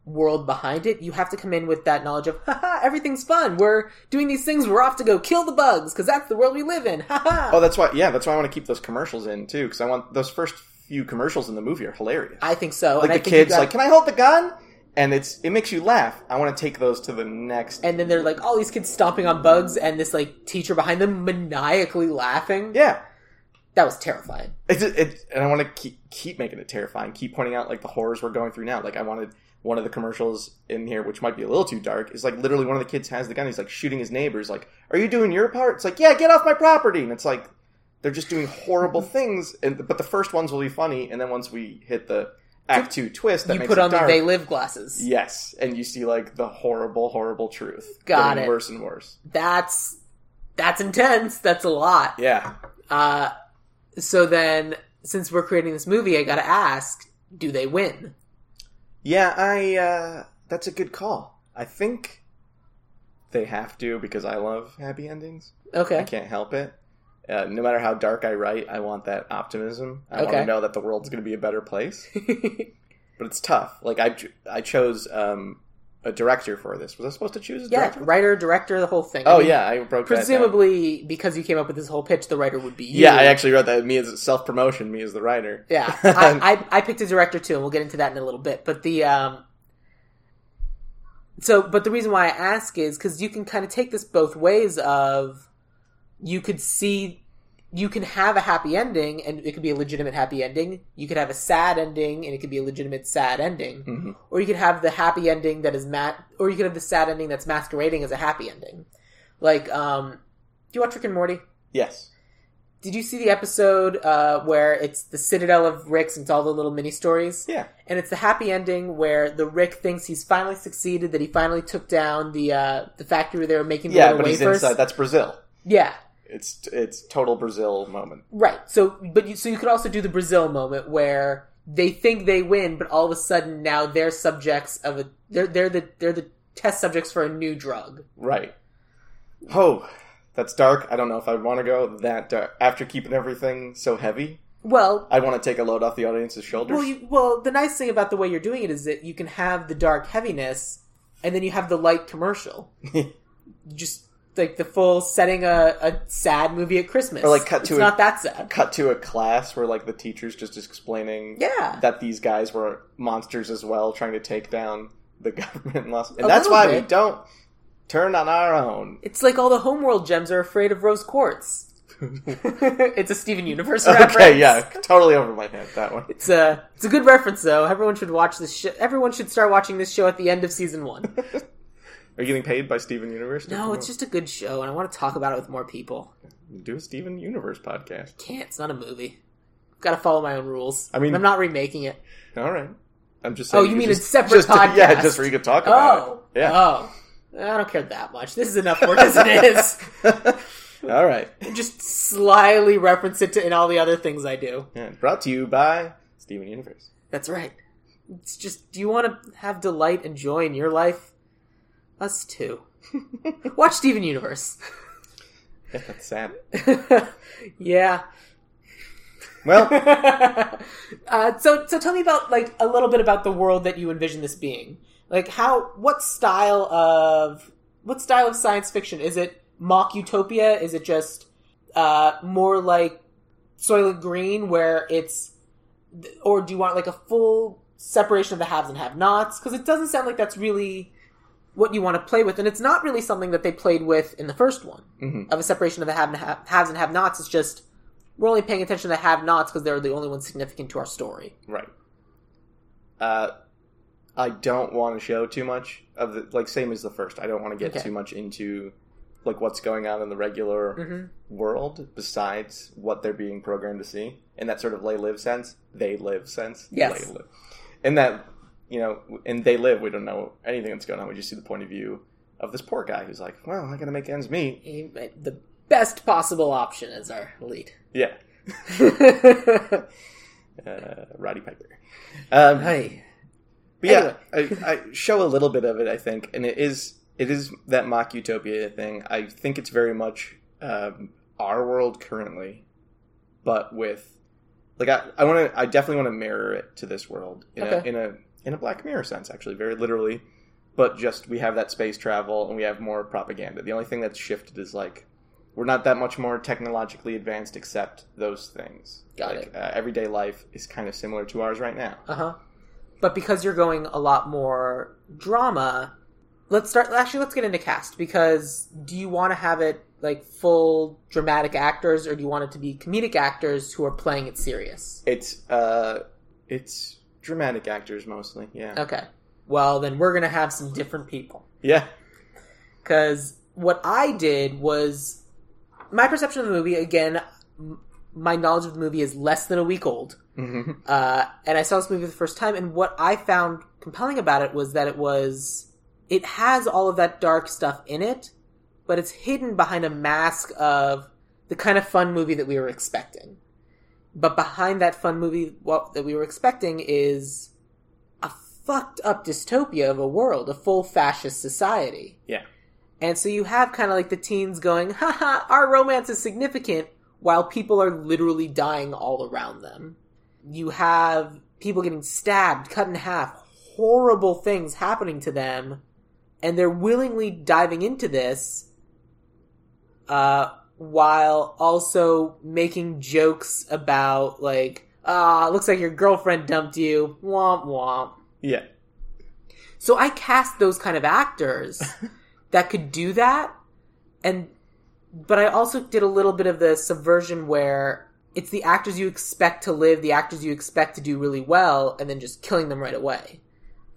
S1: world behind it, you have to come in with that knowledge of haha, everything's fun. We're doing these things, we're off to go kill the bugs cuz that's the world we live in. Haha.
S2: oh that's why yeah that's why I want to keep those commercials in too because I want those first few commercials in the movie are hilarious.
S1: I think so.
S2: like
S1: and I
S2: the
S1: think you
S2: kids
S1: got-
S2: like can I hold the gun and it's it makes you laugh. I want to take those to the next.
S1: and then they're like all these kids stomping on bugs and this like teacher behind them maniacally laughing
S2: yeah,
S1: that was terrifying
S2: It's it, and I want to keep keep making it terrifying. Keep pointing out like the horrors we're going through now. Like I wanted one of the commercials in here, which might be a little too dark, is like literally one of the kids has the gun. He's like shooting his neighbors. Like, are you doing your part? It's like, yeah, get off my property. And it's like they're just doing horrible things. And but the first ones will be funny, and then once we hit the act two twist, that
S1: you
S2: makes
S1: put
S2: it
S1: on
S2: dark.
S1: the they live glasses
S2: Yes, and you see like the horrible, horrible truth.
S1: Got
S2: getting
S1: it.
S2: Worse and worse.
S1: that's that's intense that's a lot
S2: Yeah.
S1: uh, so then since we're creating this movie i gotta ask do they win
S2: Yeah, I. Uh, that's a good call. I think they have to because I love happy endings. I
S1: okay
S2: can't help it. Uh, no matter how dark I write, I want that optimism. I want
S1: Okay.
S2: to know that the world's going to be a better place. But it's tough. Like I, ch- I chose um, a director for this. Was I supposed to choose a
S1: yeah
S2: director?
S1: writer director the whole thing I
S2: Oh
S1: mean,
S2: yeah, I broke that down.
S1: presumably because you came up with this whole pitch the writer would be you
S2: Yeah, I actually wrote that. Me as self promotion. Me as the writer.
S1: Yeah, I, I, I picked a director too, and we'll get into that in a little bit. But the um, so but the reason why I ask is because you can kind of take this both ways. Of you could see you can have a happy ending, and it could be a legitimate happy ending. You could have a sad ending, and it could be a legitimate sad ending.
S2: Mhm.
S1: Or you could have the happy ending that is mat, or you could have the sad ending that's masquerading as a happy ending. Like, um, do you watch Rick and Morty?
S2: Yes.
S1: Did you see the episode uh, where it's the Citadel of Rick's and it's all the little mini stories?
S2: Yeah.
S1: And it's the happy ending where the Rick thinks he's finally succeeded, that he finally took down the uh, the factory where they were making the
S2: Yeah,
S1: little
S2: but he's
S1: wafers.
S2: inside. That's Brazil.
S1: Yeah,
S2: It's it's total Brazil moment.
S1: right. So, but you, so you could also do the Brazil moment where they think they win, but all of a sudden now they're subjects of a they're they're the they're the test subjects for a new drug.
S2: Right. Oh, that's dark. I don't know if I want to go that dark. After keeping everything so heavy,
S1: Well,
S2: I want to take a load off the audience's shoulders.
S1: Well, you, well, the nice thing about the way you're doing it is that you can have the dark heaviness, and then you have the light commercial. You Just like the full setting a, a sad movie at Christmas,
S2: Or, like, cut
S1: it's
S2: to a-
S1: not that sad.
S2: Cut to a class where like the teacher's just explaining
S1: Yeah.
S2: that these guys were monsters as well, trying to take down the government. And, lost. and
S1: A
S2: that's
S1: little
S2: why we
S1: bit.
S2: don't turn on our own.
S1: It's like all the homeworld gems are afraid of rose quartz. it's a Steven Universe reference.
S2: Okay, yeah, totally over my head that one.
S1: It's a it's a good reference though. Everyone should watch this. Sh- everyone should start watching this show at the end of season one.
S2: Are you getting paid by Steven Universe? to
S1: No, it's just a good show, and I want to talk about it with more people.
S2: promote- do a Steven Universe podcast.
S1: Can't. It's not a movie. Got to follow my own rules.
S2: I mean-
S1: I'm not remaking it.
S2: All right. I'm just
S1: Oh,
S2: saying.
S1: you
S2: could
S1: mean a
S2: just-
S1: separate
S2: just, Yeah,
S1: podcast.
S2: just where you could talk about
S1: Oh.
S2: it. Yeah.
S1: Oh. I don't care that much. This is enough work as it is.
S2: All right.
S1: Just slyly reference it to in all the other things I do.
S2: Yeah, brought to you by Steven Universe.
S1: That's right. It's just, do you want to have delight and joy in your life? Us too. Watch Steven Universe.
S2: Yeah, that's sad.
S1: yeah.
S2: Well,
S1: uh, so, so tell me about like a little bit about the world that you envision this being. Like, how? What style of what style of science fiction is it? Mock utopia? Is it just uh, more like Soylent Green, where it's, or do you want like a full separation of the haves and have-nots? Because it doesn't sound like that's really what you want to play with, and it's not really something that they played with in the first one
S2: mhm.
S1: of a separation of the have and ha- haves and have-nots. It's just we're only paying attention to the have-nots because they're the only ones significant to our story.
S2: right. Uh, I don't want to show too much of the like same as the first. I don't want to get
S1: Okay.
S2: too much into like what's going on in the regular
S1: Mm-hmm.
S2: world besides what they're being programmed to see in that sort of lay live sense they live sense
S1: Yes.
S2: lay live and that you know in they live we don't know anything that's going on we just see the point of view of this poor guy who's like well i gotta make ends meet
S1: The best possible option is our lead.
S2: yeah
S1: Hi.
S2: uh, roddy piper um, But yeah, I, I show a little bit of it, I think, and it is it is that mock utopia thing. I think it's very much um, our world currently, but with like I, I want to I definitely want to mirror it to this world in
S1: Okay.
S2: a in a in a Black Mirror sense, actually, very literally. But just we have that space travel and we have more propaganda. The only thing that's shifted is like we're not that much more technologically advanced, except those things.
S1: Got
S2: like, Uh, everyday life is kind of similar to ours right now.
S1: Uh huh. But because you're going a lot more drama, let's start. Actually, let's get into cast because do you want to have it like full dramatic actors, or do you want it to be comedic actors who are playing it serious?
S2: It's uh, it's dramatic actors mostly. Yeah,
S1: Okay. Well, then we're gonna have some different people.
S2: yeah,
S1: Because what I did was my perception of the movie. Again, m- my knowledge of the movie is less than a week old,
S2: hmm
S1: uh, and I saw this movie the first time. And what I found compelling about it was that it was it has all of that dark stuff in it, but it's hidden behind a mask of the kind of fun movie that we were expecting. But behind that fun movie what, that we were expecting is a fucked up dystopia of a world, a full fascist society.
S2: yeah,
S1: And so you have kind of like the teens going, haha, our romance is significant, while people are literally dying all around them. You have people getting stabbed, cut in half, horrible things happening to them, and they're willingly diving into this uh, while also making jokes about, like, ah, looks like your girlfriend dumped you, womp womp.
S2: yeah.
S1: So I cast those kind of actors that could do that and but I also did a little bit of the subversion where it's the actors you expect to live, the actors you expect to do really well and then just killing them right away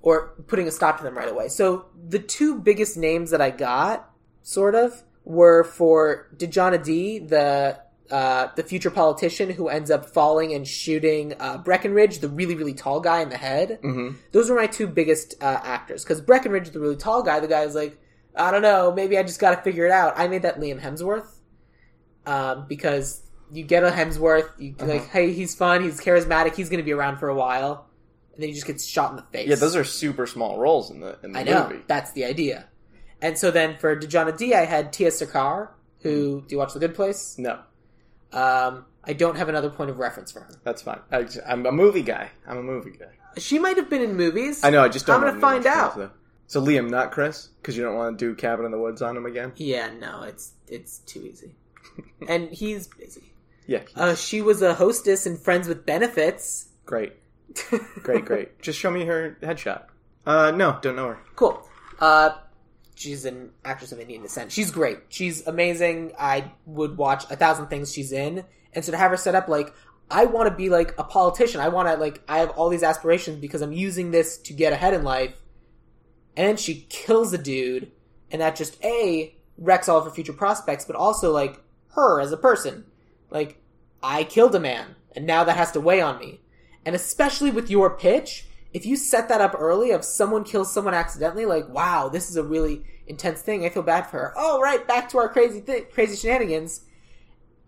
S1: or putting a stop to them right away. So the two biggest names that I got sort of were for Dejana D, the uh, the future politician who ends up falling and shooting uh, Breckenridge, the really really tall guy in the head
S2: hmm
S1: those were my two biggest uh, actors because Breckenridge, the really tall guy, the guy was like, I don't know, maybe I just got to figure it out. I made that Liam Hemsworth um, because you get a Hemsworth, you
S2: Uh-huh.
S1: like, hey, he's fun, he's charismatic, he's going to be around for a while, and then he just gets shot in the face.
S2: Yeah, those are super small roles in the in the
S1: I know
S2: movie.
S1: that's the idea. And so then for Dejana D, I had Tia Sarkar,
S2: Mm-hmm.
S1: who do you watch The Good Place?
S2: No,
S1: Um, I don't have another point of reference for her.
S2: that's fine. I just, I'm a movie guy. I'm a movie guy.
S1: She might have been in movies.
S2: I know. I just don't.
S1: I'm gonna
S2: know much
S1: find
S2: about
S1: out.
S2: the- So Liam, not Chris, because you don't want to do Cabin in the Woods on him again.
S1: Yeah, no, it's it's too easy, and he's busy.
S2: Yeah,
S1: Uh, she was a hostess and friends with benefits.
S2: great, great, great. Just show me her headshot. Uh, no, don't know her.
S1: cool. Uh, she's an actress of Indian descent. She's great. She's amazing. I would watch a thousand things she's in. And so to have her set up like, I want to be like a politician. I want to like, I have all these aspirations because I'm using this to get ahead in life. And then she kills a dude, and that just a wrecks all of her future prospects, but also like her as a person. Like, I killed a man, and now that has to weigh on me. And especially with your pitch, if you set that up early of someone kills someone accidentally, like, wow, this is a really intense thing. I feel bad for her. Oh, right, back to our crazy thi- crazy shenanigans.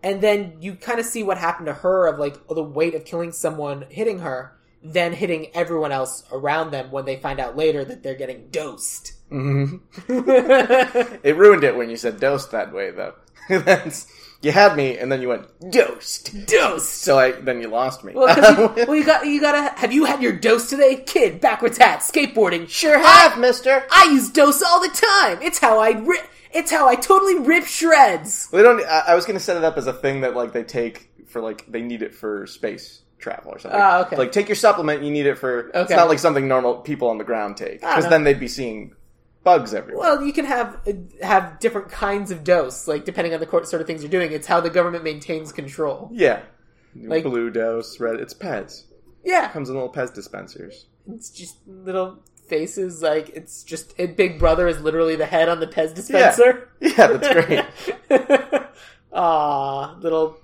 S1: And then you kind of see what happened to her of like the weight of killing someone hitting her. then hitting everyone else around them when they find out later that they're getting dosed.
S2: hmm Mm-hmm. It ruined it when you said dosed that way, though. That's you had me, and then you went dosed.
S1: dosed.
S2: So I then you lost me.
S1: Well, 'cause you, well, you got you gotta. Have you had your dose today, kid? Backwards hat, skateboarding.
S2: sure have, Ah, Mister.
S1: I use dose all the time. It's how I rip. It's how I totally rip shreds.
S2: They don't. I, I was going to set it up as a thing that like they take for like they need it for space travel or something.
S1: Ah, okay.
S2: Like take your supplement, you need it for. It's
S1: Okay.
S2: not like something normal people on the ground take
S1: I
S2: because
S1: know.
S2: then they'd be seeing bugs everywhere.
S1: Well, you can have uh, have different kinds of dose, like depending on the court, sort of things you're doing. It's how the government maintains control.
S2: yeah.
S1: Like-
S2: Blue dose, red. It's Pez.
S1: Yeah,
S2: Comes in little Pez dispensers.
S1: it's just little faces. Like it's just it, Big Brother is literally the head on the Pez
S2: Yeah.
S1: dispenser.
S2: Yeah, that's great.
S1: great. Ah, little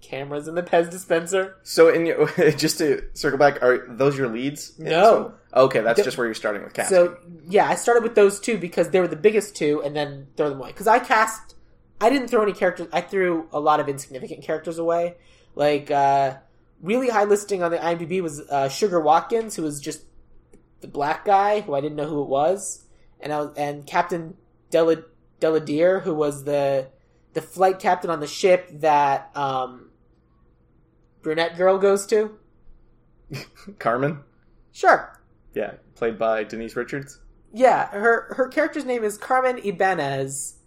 S1: cameras in the Pez dispenser.
S2: so in your, just to circle back, are those your leads?
S1: No.
S2: Okay, that's
S1: The-
S2: just where you're starting with casting.
S1: So yeah, I started with those two because they were the biggest two, and then throw them away. Because I cast, I didn't throw any characters. I threw a lot of insignificant characters away. Like uh, really high listing on the IMDb was uh, Sugar Watkins, who was just the black guy who I didn't know who it was, and I was, and Captain Dela Deladier, who was the the flight captain on the ship that um, brunette girl goes to.
S2: Carmen.
S1: Sure,
S2: Yeah, played by Denise Richards.
S1: Yeah, her her character's name is Carmen Ibanez.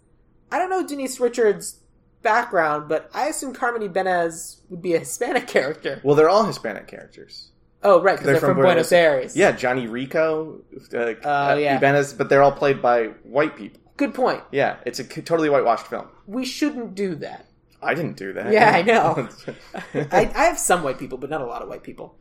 S1: I don't know Denise Richards' background, but I assume Carmen Ibanez would be a Hispanic character.
S2: Well, they're all Hispanic characters.
S1: Oh, right, because
S2: They're
S1: they're,
S2: from
S1: from, Buenos Aires.
S2: Yeah, Johnny Rico, uh, uh,
S1: Oh, yeah.
S2: Ibanez, but they're all played by white people.
S1: Good point.
S2: Yeah, it's a c- totally whitewashed film.
S1: We shouldn't do that.
S2: I didn't do that.
S1: Yeah, I know. I, I have some white people, but not a lot of white people.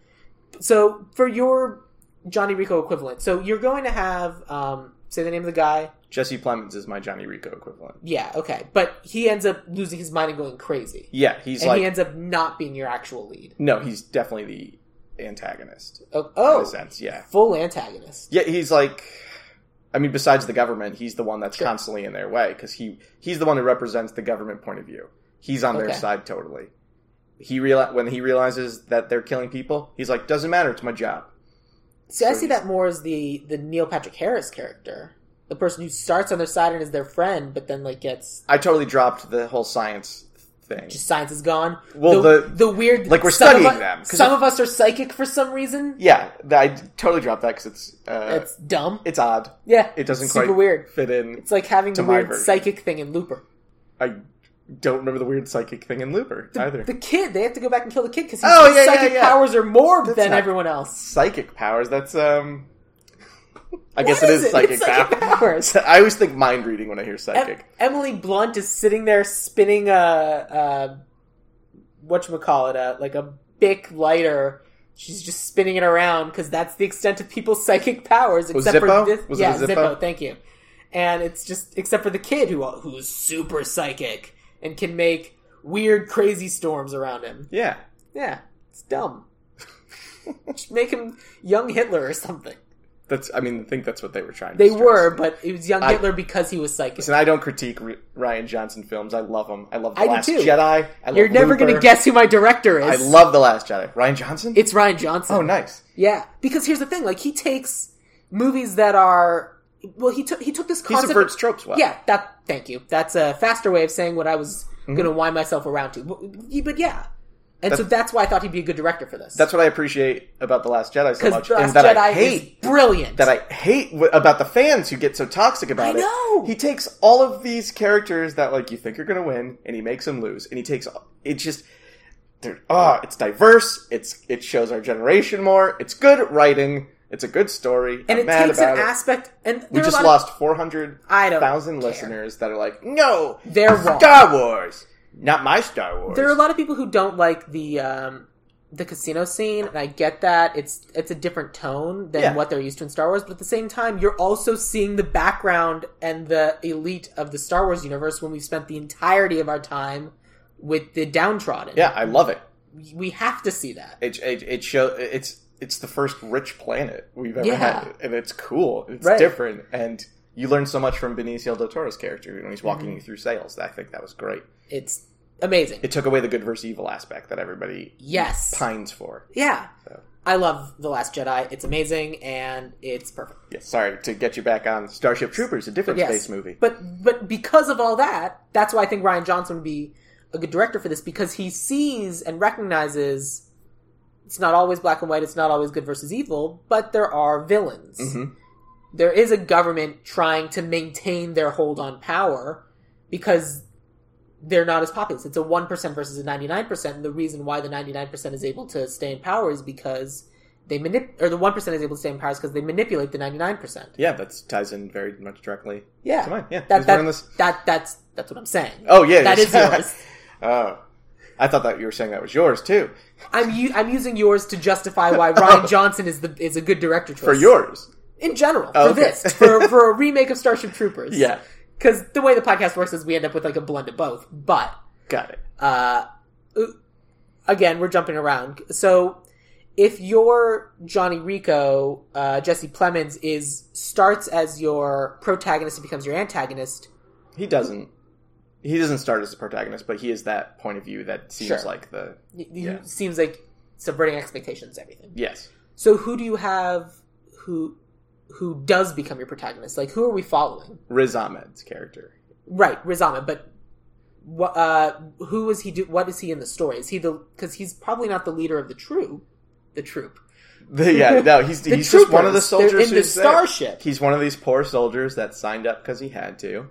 S1: So for your Johnny Rico equivalent, so you're going to have um, say the name of the guy.
S2: Jesse Plemons is my Johnny Rico equivalent.
S1: Yeah, okay, but he ends up losing his mind and going crazy,
S2: Yeah, he's
S1: and
S2: like
S1: he ends up not being your actual lead.
S2: no, he's definitely the antagonist
S1: Oh,
S2: in a
S1: oh
S2: sense. Yeah,
S1: full antagonist.
S2: yeah, he's like. I mean, besides the government, he's the one that's
S1: Sure.
S2: constantly in their way because he he's the one who represents the government point of view. He's on their
S1: Okay.
S2: side totally. He real when he realizes that they're killing people, he's like, "Doesn't matter, it's my job."
S1: See, I
S2: So
S1: see
S2: he's-
S1: that more as the the Neil Patrick Harris character, the person who starts on their side and is their friend, but then like gets
S2: I totally dropped the whole science thing.
S1: just science is gone.
S2: Well,
S1: the
S2: the-
S1: weird
S2: like, we're
S1: some of
S2: studying
S1: u-
S2: them, 'cause
S1: Some
S2: it-
S1: of us are psychic for some reason.
S2: yeah, th- I totally dropped that because it's uh,
S1: That's dumb.
S2: it's odd.
S1: yeah,
S2: It doesn't
S1: super
S2: quite
S1: weird.
S2: fit in.
S1: It's like having the
S2: to my
S1: weird
S2: version.
S1: psychic thing in Looper.
S2: I don't remember the weird psychic thing in Looper either.
S1: The kid, they have to go back and kill the kid because his
S2: Oh, yeah, yeah,
S1: psychic
S2: yeah.
S1: powers are more
S2: That's
S1: than
S2: not-
S1: everyone else.
S2: psychic powers. That's um. I guess
S1: What
S2: it is, psychic,
S1: It's psychic
S2: pow-
S1: powers.
S2: I always think mind reading when I hear
S1: Em-
S2: psychic.
S1: Emily Blunt is sitting there spinning a, a whatchamacallit, a, like a Bic lighter. She's just spinning it around because that's the extent of people's psychic powers,
S2: Was
S1: except
S2: Oh, Zippo?
S1: for this.
S2: Was it
S1: yeah,
S2: a Zippo?
S1: Zippo, thank you. And it's just, except for the kid who who's super psychic and can make weird, crazy storms around him.
S2: yeah,
S1: Yeah, it's dumb. just make him young Hitler or something.
S2: that's. I mean, I think that's what they were trying.
S1: They
S2: to stress.
S1: were, but it was young
S2: I-
S1: Hitler because he was psychic.
S2: Listen, I don't critique R- Ryan Johnson films. I love them. I love The
S1: I do
S2: Last
S1: too.
S2: Jedi. I love
S1: You're never going to
S2: Looper.
S1: guess who my director
S2: I
S1: is.
S2: love The Last Jedi. Ryan Johnson.
S1: It's Ryan Johnson.
S2: oh, nice.
S1: Yeah, because here's the thing: like he takes movies that are well, he took he took this
S2: He
S1: concept.
S2: subverts tropes well.
S1: yeah, that. Thank you. That's a faster way of saying what I was going to wind myself around to. But, but yeah, and so that's why I thought he'd be a good director for this.
S2: That's what I appreciate about The Last Jedi so much,
S1: The Last
S2: and that
S1: Jedi
S2: I hate
S1: is brilliant.
S2: that I hate w- about the fans who get so toxic about
S1: I
S2: it.
S1: know.
S2: He takes all of these characters that like you think are going to win, and he makes them lose, and he takes it just. They're, ah, it's diverse. It's it shows our generation more. It's good writing. It's a good story.
S1: and
S2: I'm
S1: it
S2: mad
S1: takes
S2: about
S1: an
S2: it.
S1: aspect. And there
S2: we
S1: are a
S2: just
S1: lot
S2: lost four hundred
S1: I don't
S2: thousand
S1: care.
S2: listeners that are like, no,
S1: Of, they're wrong.
S2: Star Wars, not my Star Wars.
S1: There are a lot of people who don't like the um, the casino scene, and I get that. It's it's a different tone than
S2: Yeah.
S1: what they're used to in Star Wars, but at the same time, you're also seeing the background and the elite of the Star Wars universe when we've spent the entirety of our time with the downtrodden.
S2: yeah, I love it.
S1: We have to see that.
S2: it it, it show it's it's the first rich planet we've ever
S1: Yeah.
S2: had, and it's cool. It's
S1: Right.
S2: different, and
S1: Mm-hmm.
S2: you learn so much from Benicio del Toro's character when he's walking you through sales. I think that was great.
S1: It's amazing.
S2: It took away the good versus evil aspect that everybody
S1: Yes.
S2: pines for.
S1: Yeah.
S2: So.
S1: I love The Last Jedi. It's amazing and it's perfect.
S2: Yeah, sorry to get you back on Starship Troopers, a different
S1: Yes.
S2: space movie.
S1: But but because of all that, that's why I think Ryan Johnson would be a good director for this because he sees and recognizes it's not always black and white, it's not always good versus evil, but there are villains.
S2: Mhm.
S1: There is a government trying to maintain their hold on power because they're not as populous. It's a 1% versus a 99%. And the reason why the 99% is able to stay in power is because they manip or the 1% is able to stay in power is because they manipulate the 99%.
S2: Yeah, that ties in very much directly
S1: Yeah.
S2: to mine. Yeah,
S1: That,
S2: who's running
S1: that,
S2: this?
S1: that that's that's what I'm saying.
S2: Oh yeah,
S1: that
S2: yes.
S1: is yours.
S2: oh, I thought that you were saying that was yours too
S1: I'm u- I'm using yours to justify why Ryan Johnson is the is a good director choice.
S2: for yours.
S1: in general
S2: Oh,
S1: for
S2: okay.
S1: this for for a remake of Starship Troopers.
S2: Yeah,
S1: because the way the podcast works is we end up with like a blend of both. But
S2: got it.
S1: uh, ooh, again, we're jumping around. So if your Johnny Rico, uh, Jesse Plemons is starts as your protagonist and becomes your antagonist,
S2: He doesn't. He doesn't start as the protagonist, but he is that point of view that seems
S1: Sure.
S2: like the
S1: it
S2: Yeah.
S1: seems like subverting expectations, everything.
S2: yes.
S1: So who do you have who who does become your protagonist? Like who are we following?
S2: Riz Ahmed's character.
S1: Right, Riz Ahmed, but what uh who is he do what is he in the story? Is he the cuz he's probably not the leader of the troop, the troop.
S2: The- yeah, no, he's
S1: The
S2: he's just one of the
S1: troopers, they're
S2: soldiers
S1: in the
S2: who's there.
S1: starship.
S2: He's one of these poor soldiers that signed up because he had to,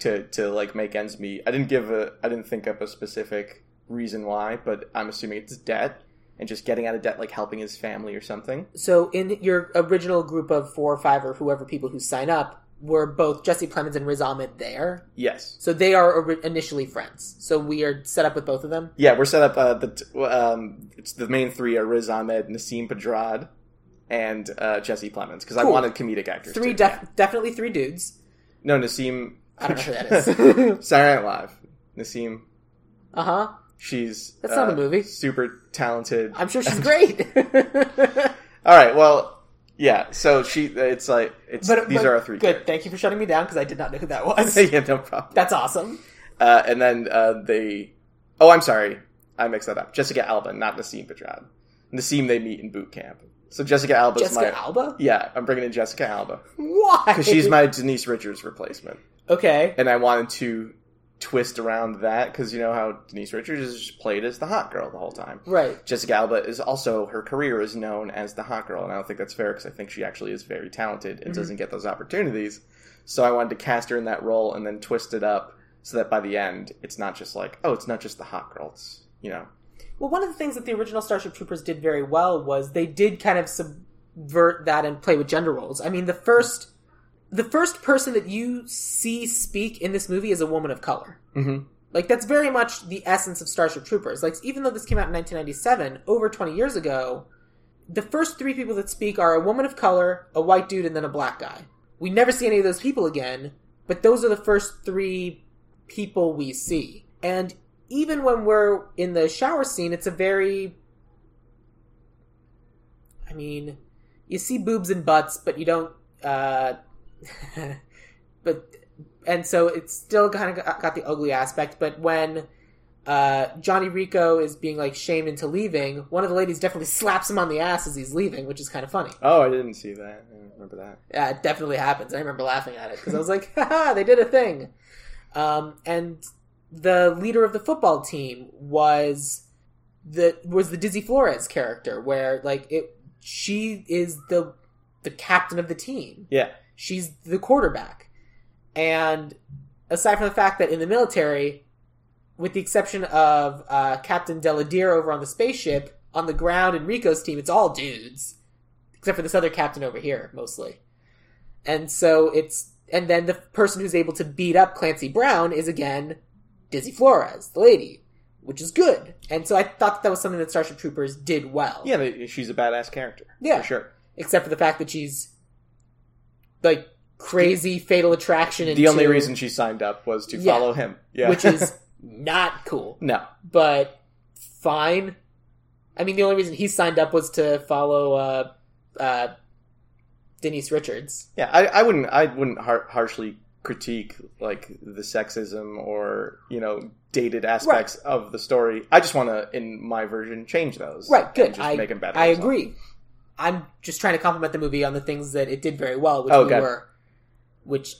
S2: to to like make ends meet. I didn't give a I didn't think up a specific reason why, but I'm assuming it's debt and just getting out of debt, like helping his family or something.
S1: So in your original group of 4 or 5 or whoever people who sign up were both Jesse Plemons and Riz Ahmed there.
S2: Yes.
S1: So they are ori- initially friends. So we are set up with both of them.
S2: Yeah, we're set up. Uh, the t- um, it's the main three are Riz Ahmed, Nassim Pedrad, and uh, Jesse Plemons because I
S1: Cool.
S2: wanted comedic actors.
S1: Three
S2: too.
S1: def- definitely three dudes.
S2: No, Nassim.
S1: I don't know who that is.
S2: Saturday Night Live. Nassim.
S1: uh-huh.
S2: She's uh,
S1: That's not a movie.
S2: Super talented.
S1: I'm sure she's great.
S2: All right. Well, yeah. So she. It's like it's.
S1: But
S2: these
S1: but-
S2: are our three.
S1: Good. Thank you for shutting me down because I did not know who that was.
S2: characters. yeah, no problem.
S1: That's awesome.
S2: Uh, and then uh, they. Oh, I'm sorry. I mixed that up. Jessica Alba, not Nassim Pedrad. Nassim they meet in boot camp. So Jessica Alba's
S1: Jessica
S2: my.
S1: Alba.
S2: Yeah, I'm bringing in Jessica Alba
S1: Why?
S2: because she's my Denise Richards replacement,
S1: okay.
S2: and I wanted to twist around that because you know how Denise Richards is just played as the hot girl the whole time.
S1: Right.
S2: Jessica Alba is also her career is known as the hot girl, and I don't think that's fair because I think she actually is very talented and
S1: Mhm.
S2: doesn't get those opportunities. So I wanted to cast her in that role and then twist it up so that by the end it's not just like oh it's not just the hot girl, it's you know
S1: Well, one of the things that the original Starship Troopers did very well was they did kind of subvert that and play with gender roles. I mean, the first, the first person that you see speak in this movie is a woman of color.
S2: Mhm.
S1: Like that's very much the essence of Starship Troopers. Like even though this came out in 1997, over 20 years ago, the first three people that speak are a woman of color, a white dude, and then a black guy. We never see any of those people again, but those are the first three people we see. And even when we're in the shower scene, it's a very I mean, you see boobs and butts, but you don't uh but and so it's still kind of got the ugly aspect, but when uh, Johnny Rico is being like shamed into leaving. One of the ladies definitely slaps him on the ass as he's leaving, which is kind of funny.
S2: oh I didn't see that I don't remember that
S1: Yeah, it definitely happens. I remember laughing at it because I was like, haha, they did a thing. Um, and the leader of the football team was the was the Dizzy Flores character, where like it she is the the captain of the team.
S2: yeah
S1: She's the quarterback. And aside from the fact that in the military, with the exception of uh, Captain Deladere over on the spaceship, on the ground in Rico's team, it's all dudes, except for this other captain over here, mostly. And so it's. And then the person who's able to beat up Clancy Brown is again Dizzy Flores, the lady, which is good. And so I thought that, that was something that Starship Troopers did well
S2: yeah they, she's a badass character
S1: Yeah.
S2: for sure
S1: except for the fact that she's like crazy fatal attraction.
S2: the
S1: into-
S2: only reason she signed up was to
S1: Yeah.
S2: follow him yeah
S1: which is not cool,
S2: no
S1: but fine. I mean, the only reason he signed up was to follow uh, uh, Denise Richards.
S2: Yeah, I, I wouldn't. I wouldn't har- harshly critique like the sexism or you know dated aspects of the story. I just want to, in my version, change those.
S1: Right, good.
S2: And just
S1: I,
S2: make them better.
S1: I
S2: so.
S1: agree. I'm just trying to compliment the movie on the things that it did very well, which
S2: Oh,
S1: we
S2: good.
S1: were, which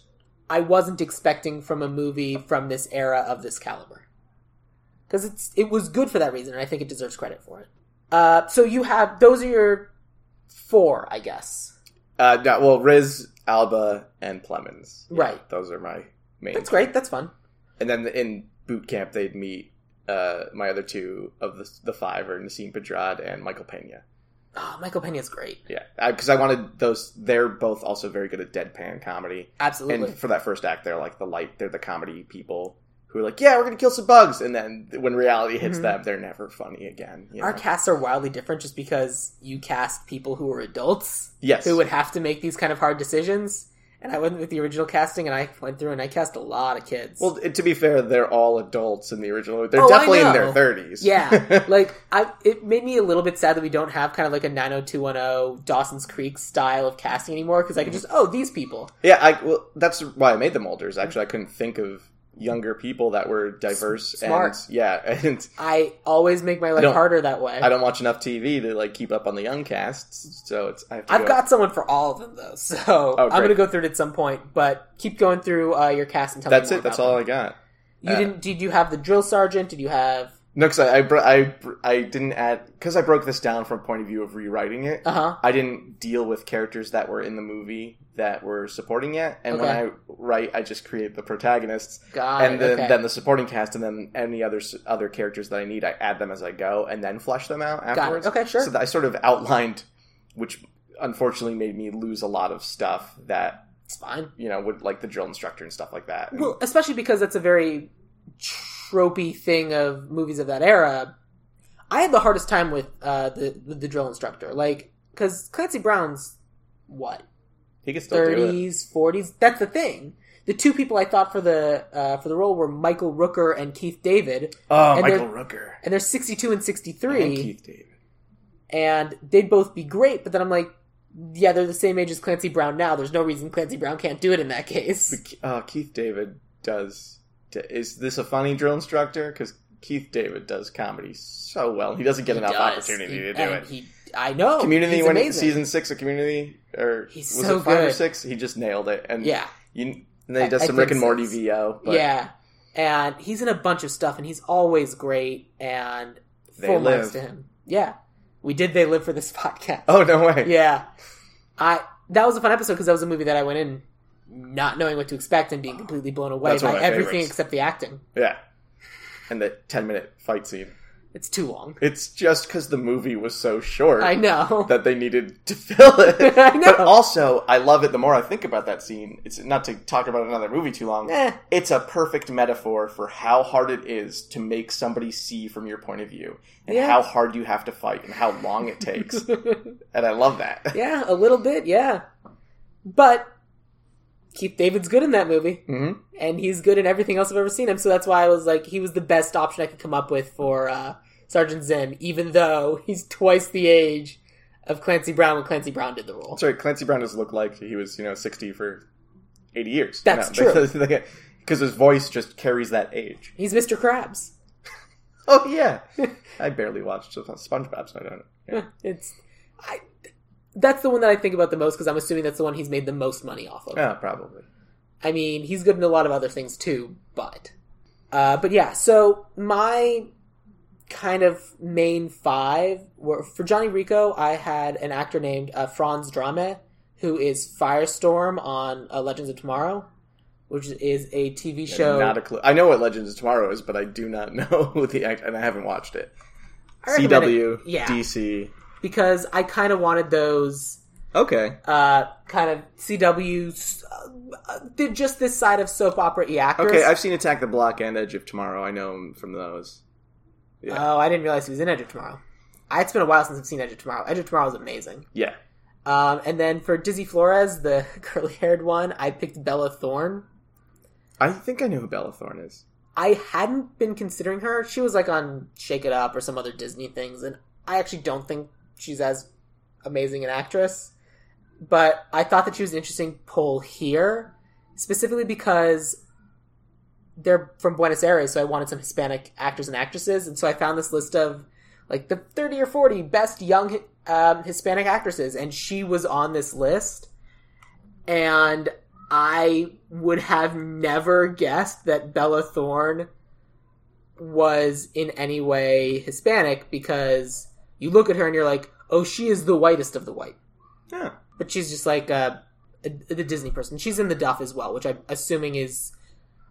S1: I wasn't expecting from a movie from this era of this caliber, because it's it was good for that reason, and I think it deserves credit for it. Uh, so you have those are your four, I guess.
S2: Uh, no, well, Riz, Alba, and Plemons. Yeah,
S1: Right.
S2: Those are my main.
S1: That's great. That's fun.
S2: And then in boot camp, they'd meet uh, my other two of the, the five are Nassim Pedrad and Michael Pena.
S1: Oh, Michael Pena's great.
S2: Yeah, because I wanted those. They're both also very good at deadpan comedy.
S1: Absolutely.
S2: And for that first act, they're like the light. They're the comedy people who are like, "Yeah, we're gonna kill some bugs," and then when reality hits
S1: Mhm.
S2: them, they're never funny again. You know?
S1: Our casts are wildly different just because you cast people who are adults.
S2: yes,
S1: who would have to make these kind of hard decisions. And I went with the original casting, and I went through and I cast a lot of kids.
S2: Well, to be fair, they're all adults in the original. They're
S1: Oh, I
S2: definitely in their
S1: know.
S2: thirties.
S1: yeah, like I, it made me a little bit sad that we don't have kind of like a 90210 Dawson's Creek style of casting anymore because I
S2: Mm-hmm.
S1: could just oh these people
S2: Yeah, I well, that's why I made them older. Is actually I couldn't think of younger people that were diverse.
S1: smart.
S2: And, yeah, and
S1: I always make my life
S2: don't-
S1: harder that way.
S2: I don't watch enough TV to like keep up on the young casts, so it's I have to
S1: I've
S2: go-
S1: got someone for all of them though, so I'm
S2: Oh, great.
S1: gonna go through it at some point. But keep going through uh, your cast and tell
S2: That's
S1: me more
S2: it. That's
S1: about
S2: all
S1: them.
S2: I got.
S1: You didn't? Did you have the drill sergeant? Did you have?
S2: No, because I I, bro- I br- I didn't add because I broke this down from a point of view of rewriting it.
S1: Uh huh.
S2: I didn't deal with characters that were in the movie that were supporting it, and when
S1: Okay.
S2: I write, I just create the protagonists
S1: God.
S2: and then,
S1: okay.
S2: then the supporting cast, and then any other s- other characters that I need, I add them as I go, and then flesh them out
S1: it.
S2: afterwards.
S1: Okay, sure.
S2: So that I sort of outlined, which unfortunately made me lose a lot of stuff that
S1: it's fine.
S2: you know would like the drill instructor and stuff like that. And-
S1: Well, especially because that's a very tropey thing of movies of that era. I had the hardest time with uh, the, the the drill instructor, like because Clancy Brown's what
S2: he could still do it.
S1: thirties, forties. That's the thing. The two people I thought for the uh, for the role were Michael Rooker and Keith David,
S2: Oh,
S1: and
S2: Michael Rooker
S1: and they're sixty two and sixty
S2: and
S1: three,
S2: Keith David.
S1: and they'd both be great. But then I'm like, yeah, they're the same age as Clancy Brown now. There's no reason Clancy Brown can't do it in that case.
S2: But Ke- Uh, Keith David does. d- Is this a funny drill instructor? Because Keith David does comedy so well. He doesn't get enough
S1: does.
S2: opportunity
S1: He-
S2: to do
S1: and
S2: it.
S1: He, I know.
S2: Community
S1: He's
S2: when
S1: amazing.
S2: season six of Community or
S1: He's
S2: was
S1: so
S2: it five or
S1: good.
S2: six? He just nailed it. And
S1: Yeah,
S2: you- and then he
S1: I-
S2: does
S1: I
S2: some Rick
S1: think
S2: and Morty
S1: six.
S2: VO. But
S1: yeah, and he's in a bunch of stuff, and he's always great. And
S2: They
S1: full marks
S2: Live.
S1: to him. Yeah, we did. They live for this podcast.
S2: Oh no way!
S1: Yeah, I that was a fun episode because that was a movie that I went in not knowing what to expect and being completely blown away
S2: That's one
S1: by
S2: of my
S1: everything
S2: favorites.
S1: except the acting.
S2: Yeah. And the ten minute fight scene.
S1: It's too long.
S2: It's just because the movie was so short.
S1: I know.
S2: that they needed to fill it.
S1: I know.
S2: But also, I love it. The more I think about that scene, it's not to talk about another movie too long.
S1: Eh.
S2: It's a perfect metaphor for how hard it is to make somebody see from your point of view, and
S1: Yeah.
S2: how hard you have to fight, and how long it takes. and I love that.
S1: yeah, a little bit. Yeah, but Keith David's good in that movie.
S2: Mm-hmm.
S1: and he's good in everything else I've ever seen him. So that's why I was like, he was the best option I could come up with for uh, Sergeant Zen, even though he's twice the age of Clancy Brown when Clancy Brown did the role.
S2: Sorry, Clancy Brown has looked like he was, you know, sixty for eighty years.
S1: That's
S2: true. Because his voice just carries that age.
S1: He's Mr. Krabs.
S2: Oh yeah, I barely watched SpongeBob, so I don't. Yeah.
S1: It's I. That's the one that I think about the most because I'm assuming that's the one he's made the most money off of.
S2: Yeah, probably.
S1: I mean, he's good in a lot of other things too, but uh, but yeah. So my kind of main five were for Johnny Rico. I had an actor named uh, Franz Drame, who is Firestorm on uh, Legends of Tomorrow, which is a TV show.
S2: Not a clue. I know what Legends of Tomorrow is, but I do not know who the act, and I haven't watched it.
S1: I recommend it
S2: CW,
S1: Yeah.
S2: DC.
S1: because I kind of wanted those
S2: Okay.
S1: uh, kind of CW, uh, uh, just this side of soap opera y actors.
S2: Okay, I've seen Attack the Block and Edge of Tomorrow. I know him from those. Yeah.
S1: Oh, I didn't realize he was in Edge of Tomorrow. I- It's been a while since I've seen Edge of Tomorrow. Edge of Tomorrow is amazing.
S2: Yeah.
S1: Um, and then for Dizzy Flores, the curly-haired one, I picked Bella Thorne.
S2: I think I know who Bella Thorne is.
S1: I hadn't been considering her. She was like on Shake It Up or some other Disney things, and I actually don't think she's as amazing an actress. But I thought that she was an interesting pull here, specifically because they're from Buenos Aires, so I wanted some Hispanic actors and actresses, and so I found this list of like the thirty or forty best young um, Hispanic actresses, and she was on this list, and I would have never guessed that Bella Thorne was in any way Hispanic because you look at her and you're like, oh, she is the whitest of the white.
S2: Yeah.
S1: But she's just like uh, a, the Disney person. She's in The Duff as well, which I'm assuming is.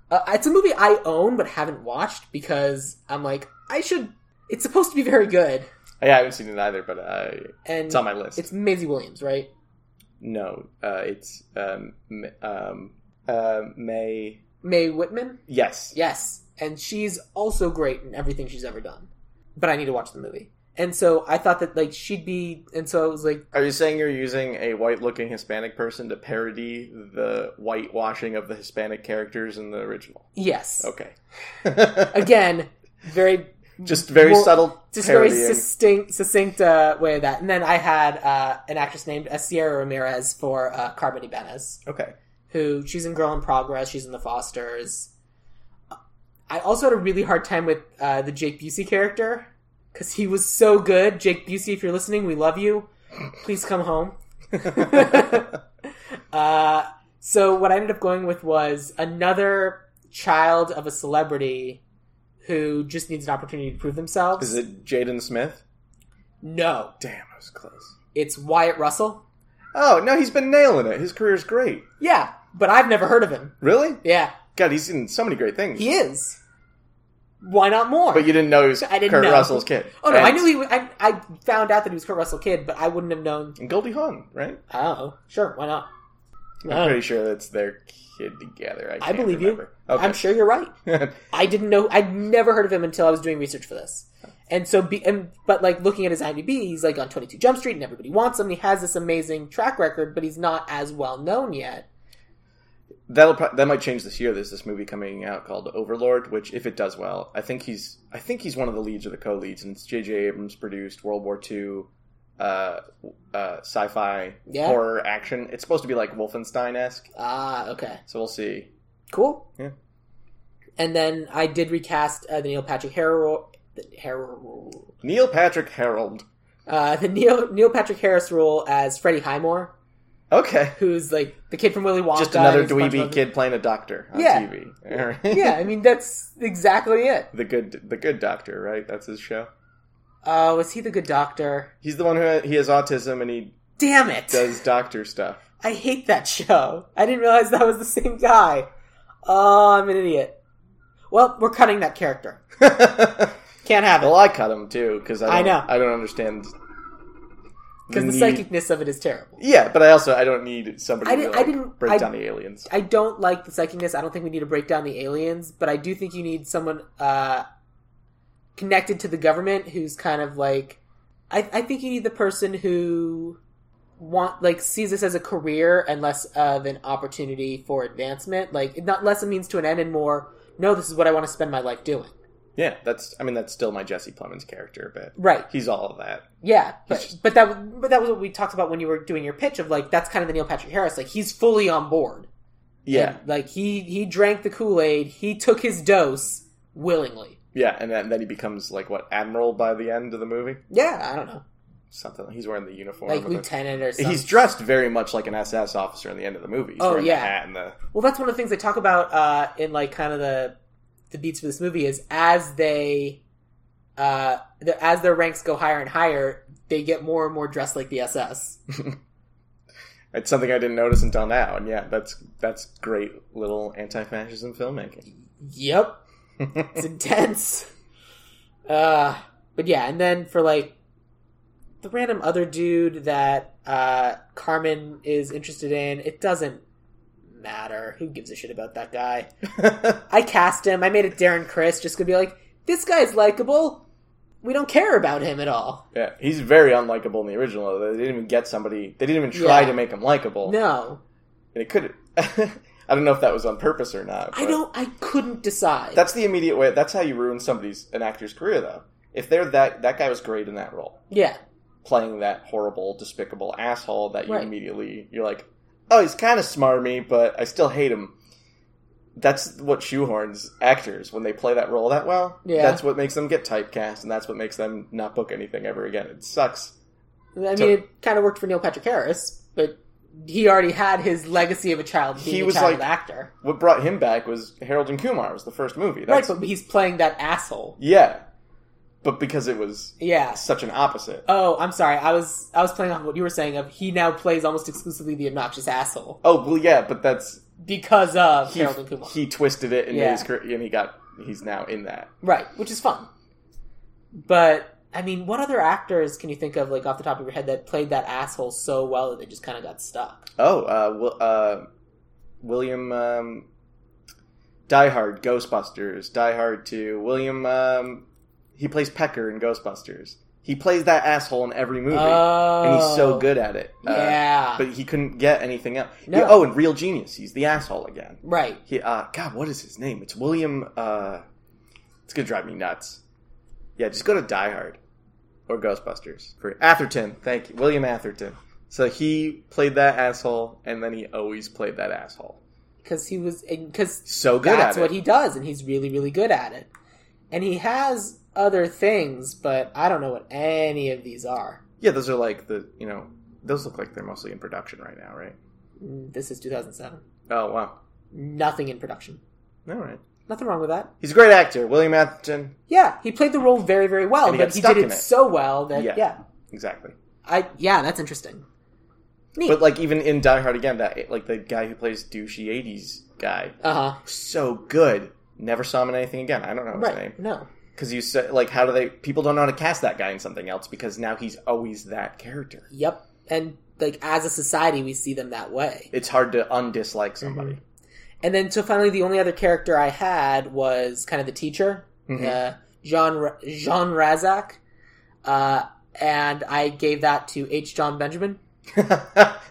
S1: Uh, it's a movie I own but haven't watched because I'm like, I should. It's supposed to be very good.
S2: Yeah, I haven't seen it either, but I,
S1: And
S2: it's on my list.
S1: it's Maisie Williams, right?
S2: no, uh, it's um, M- um, uh, May.
S1: Mae Whitman?
S2: Yes.
S1: Yes, and she's also great in everything she's ever done. But I need to watch the movie, and so I thought that like she'd be, and so I was like,
S2: Are you saying you're using a white-looking Hispanic person to parody the whitewashing of the Hispanic characters in the original?
S1: yes,
S2: Okay.
S1: again, very
S2: just very
S1: Well,
S2: subtle
S1: just very
S2: parodying.
S1: succinct, succinct uh, way of that. And then I had uh, an actress named uh, Sierra Ramirez for uh, Carmen Ibanez.
S2: okay.
S1: who she's in Girl in Progress, she's in The Fosters. I also had a really hard time with uh, the Jake Busey character because he was so good. Jake Busey, if you're listening, we love you. Please come home. uh, so what I ended up going with was another child of a celebrity who just needs an opportunity to prove themselves.
S2: Is it Jaden Smith?
S1: No,
S2: Damn, I was close.
S1: it's Wyatt Russell.
S2: Oh no, he's been nailing it. His career's great.
S1: Yeah, but I've never heard of him.
S2: Really?
S1: Yeah,
S2: God, he's in so many great things.
S1: he is. Why not more?
S2: But you didn't know he was
S1: I didn't
S2: Kurt
S1: know.
S2: Russell's kid.
S1: Oh no,
S2: And-
S1: I knew he. Was, I, I found out that he was Kurt Russell kid, but I wouldn't have known.
S2: And Goldie Hawn, right?
S1: Oh, sure, why not?
S2: I'm
S1: Oh.
S2: pretty sure that's their kid together. I,
S1: I
S2: can't
S1: believe you.
S2: remember. Okay.
S1: I'm sure you're right. I didn't know. I'd never heard of him until I was doing research for this. And so, be, and, but like looking at his IMDb, he's like on 22 Jump Street, and everybody wants him. He has this amazing track record, but he's not as well known yet.
S2: That'll pro- that might change this year. There's this movie coming out called Overlord, which if it does well, I think he's I think he's one of the leads or the co-leads, and it's J.J. Abrams produced World War II, uh, uh, sci-fi
S1: Yeah.
S2: horror action. It's supposed to be like Wolfenstein esque,
S1: Ah, okay,
S2: so we'll see.
S1: cool.
S2: Yeah.
S1: And then I did recast uh, the Neil Patrick Harris, Harris,
S2: Neil Patrick Harold.
S1: uh, the Neil Neil Patrick Harris role as Freddie Highmore.
S2: Okay,
S1: who's like the kid from Willy Wonka.
S2: just another
S1: and he's a bunch of
S2: dweeby
S1: other-
S2: kid playing a doctor on
S1: Yeah.
S2: TV. All right.
S1: Yeah, I mean that's exactly it.
S2: the good the good doctor, right? That's his show.
S1: Oh, is he the good doctor?
S2: He's the one who he has autism and he
S1: Damn it!
S2: does doctor stuff.
S1: I hate that show. I didn't realize that was the same guy. Oh, I'm an idiot. Well, we're cutting that character. Can't have
S2: Well,
S1: it
S2: I cut him too because I,
S1: I
S2: don't-
S1: know.
S2: I don't understand
S1: because the
S2: need-
S1: psychicness of it is terrible.
S2: Yeah, but I also I don't need somebody
S1: I
S2: to
S1: didn't-
S2: like,
S1: I didn't-
S2: break
S1: I-
S2: down the aliens.
S1: I don't like the psychicness. I don't think we need to break down the aliens, but I do think you need someone uh, connected to the government who's kind of like. I, I think you need the person who want like sees this as a career and less of an opportunity for advancement. Like not less a means to an end and more. No, this is what I want to spend my life doing.
S2: Yeah, that's I mean that's still my Jesse Plemons character, but
S1: Right.
S2: he's all of that.
S1: Yeah. But
S2: He's-
S1: but that but that was what we talked about when you were doing your pitch of like that's kind of the Neil Patrick Harris. Like he's fully on board.
S2: Yeah,
S1: And, like he he drank the Kool Aid. He took his dose willingly.
S2: yeah, and then, then he becomes like what admiral by the end of the movie,
S1: Yeah, I don't know,
S2: something. He's wearing the uniform.
S1: like
S2: of the-
S1: lieutenant or something.
S2: He's dressed very much like an SS officer in the end of the movie. He's
S1: Oh,
S2: wearing
S1: yeah.
S2: the hat and the
S1: Well, that's one of the things they talk about uh, in like kind of the the beats for this movie is as they uh, the, as their ranks go higher and higher, they get more and more dressed like the SS.
S2: it's something I didn't notice until now, and yeah, that's that's great little anti-fascism filmmaking.
S1: yep, it's intense. Uh, but yeah, and then for like the random other dude that uh, Carmen is interested in, it doesn't matter. Who gives a shit about that guy? I cast him. I made it Darren Chris just gonna be like, this guy's likable. We don't care about him at all.
S2: Yeah, he's very unlikable in the original. They didn't even get somebody. They didn't even try
S1: Yeah.
S2: to make him likable.
S1: No,
S2: And it could. I don't know if that was on purpose or not.
S1: I
S2: but
S1: don't. I couldn't decide.
S2: That's the immediate way. That's how you ruin somebody's an actor's career, though. If they're that that guy was great in that role,
S1: yeah,
S2: playing that horrible, despicable asshole that you
S1: Right.
S2: immediately you're like, oh, he's kind of smarmy, but I still hate him. that's what shoehorns actors when they play that role that well.
S1: Yeah.
S2: That's what makes them get typecast, and that's what makes them not book anything ever again. It sucks.
S1: I mean,
S2: So-
S1: it kind of worked for Neil Patrick Harris, but he already had his legacy of a child being
S2: He
S1: a
S2: was
S1: child
S2: like-
S1: actor.
S2: What brought him back was Harold and Kumar was the first movie. That's,
S1: Right, but he's playing that asshole.
S2: yeah, but because it was
S1: Yeah.
S2: such an opposite.
S1: Oh, I'm sorry. I was I was playing off what you were saying of he now plays almost exclusively the obnoxious asshole
S2: Oh well, yeah, but that's
S1: because of
S2: he,
S1: Harold and Kumar.
S2: he twisted it and made
S1: Yeah.
S2: his career, and he got he's now in that.
S1: Right, which is fun. But I mean, what other actors can you think of like off the top of your head that played that asshole so well that they just kind of got stuck?
S2: Oh, uh, Wil- uh, William um, Die Hard, Ghostbusters, Die Hard Two. William, um, he plays Pecker in Ghostbusters. He plays that asshole in every movie,
S1: Oh,
S2: and he's so good at it. Uh,
S1: Yeah,
S2: but he couldn't get anything else.
S1: No.
S2: Yeah, oh, and Real Genius, he's the asshole again.
S1: right.
S2: He, uh, God, what is his name? It's William. Uh, it's gonna drive me nuts. Yeah, just go to Die Hard or Ghostbusters. For Atherton, thank you, William Atherton. So he played that asshole, and then he always played that asshole.
S1: Because he was because
S2: So good
S1: that's
S2: at
S1: what
S2: it.
S1: he does, and he's really really good at it. And he has other things, but I don't know what any of these are.
S2: Yeah, those are like the you know those look like they're mostly in production right now, right?
S1: Mm, This is 2007.
S2: Oh wow,
S1: Nothing in production.
S2: all right.
S1: Nothing wrong with that.
S2: He's a great actor, William Atherton.
S1: Yeah, he played the role very very well,
S2: And he got
S1: but he
S2: stuck
S1: did it,
S2: in it.
S1: so well that
S2: Yeah.
S1: yeah,
S2: Exactly.
S1: I yeah, that's interesting. Neat.
S2: But like even in Die Hard again, that like the guy who plays douchey '80s guy,
S1: Uh huh.
S2: so good. Never saw him in anything again. I don't know his
S1: Right.
S2: name.
S1: No.
S2: Because you said, like, how do they? People don't know how to cast that guy in something else because now he's always that character.
S1: Yep. And like as a society, we see them that way.
S2: It's hard to undislike
S1: Mm-hmm.
S2: somebody.
S1: And then so finally, the only other character I had was kind of the teacher,
S2: Mhm.
S1: uh, John Ra- Jean Razak, uh, and I gave that to H. John Benjamin.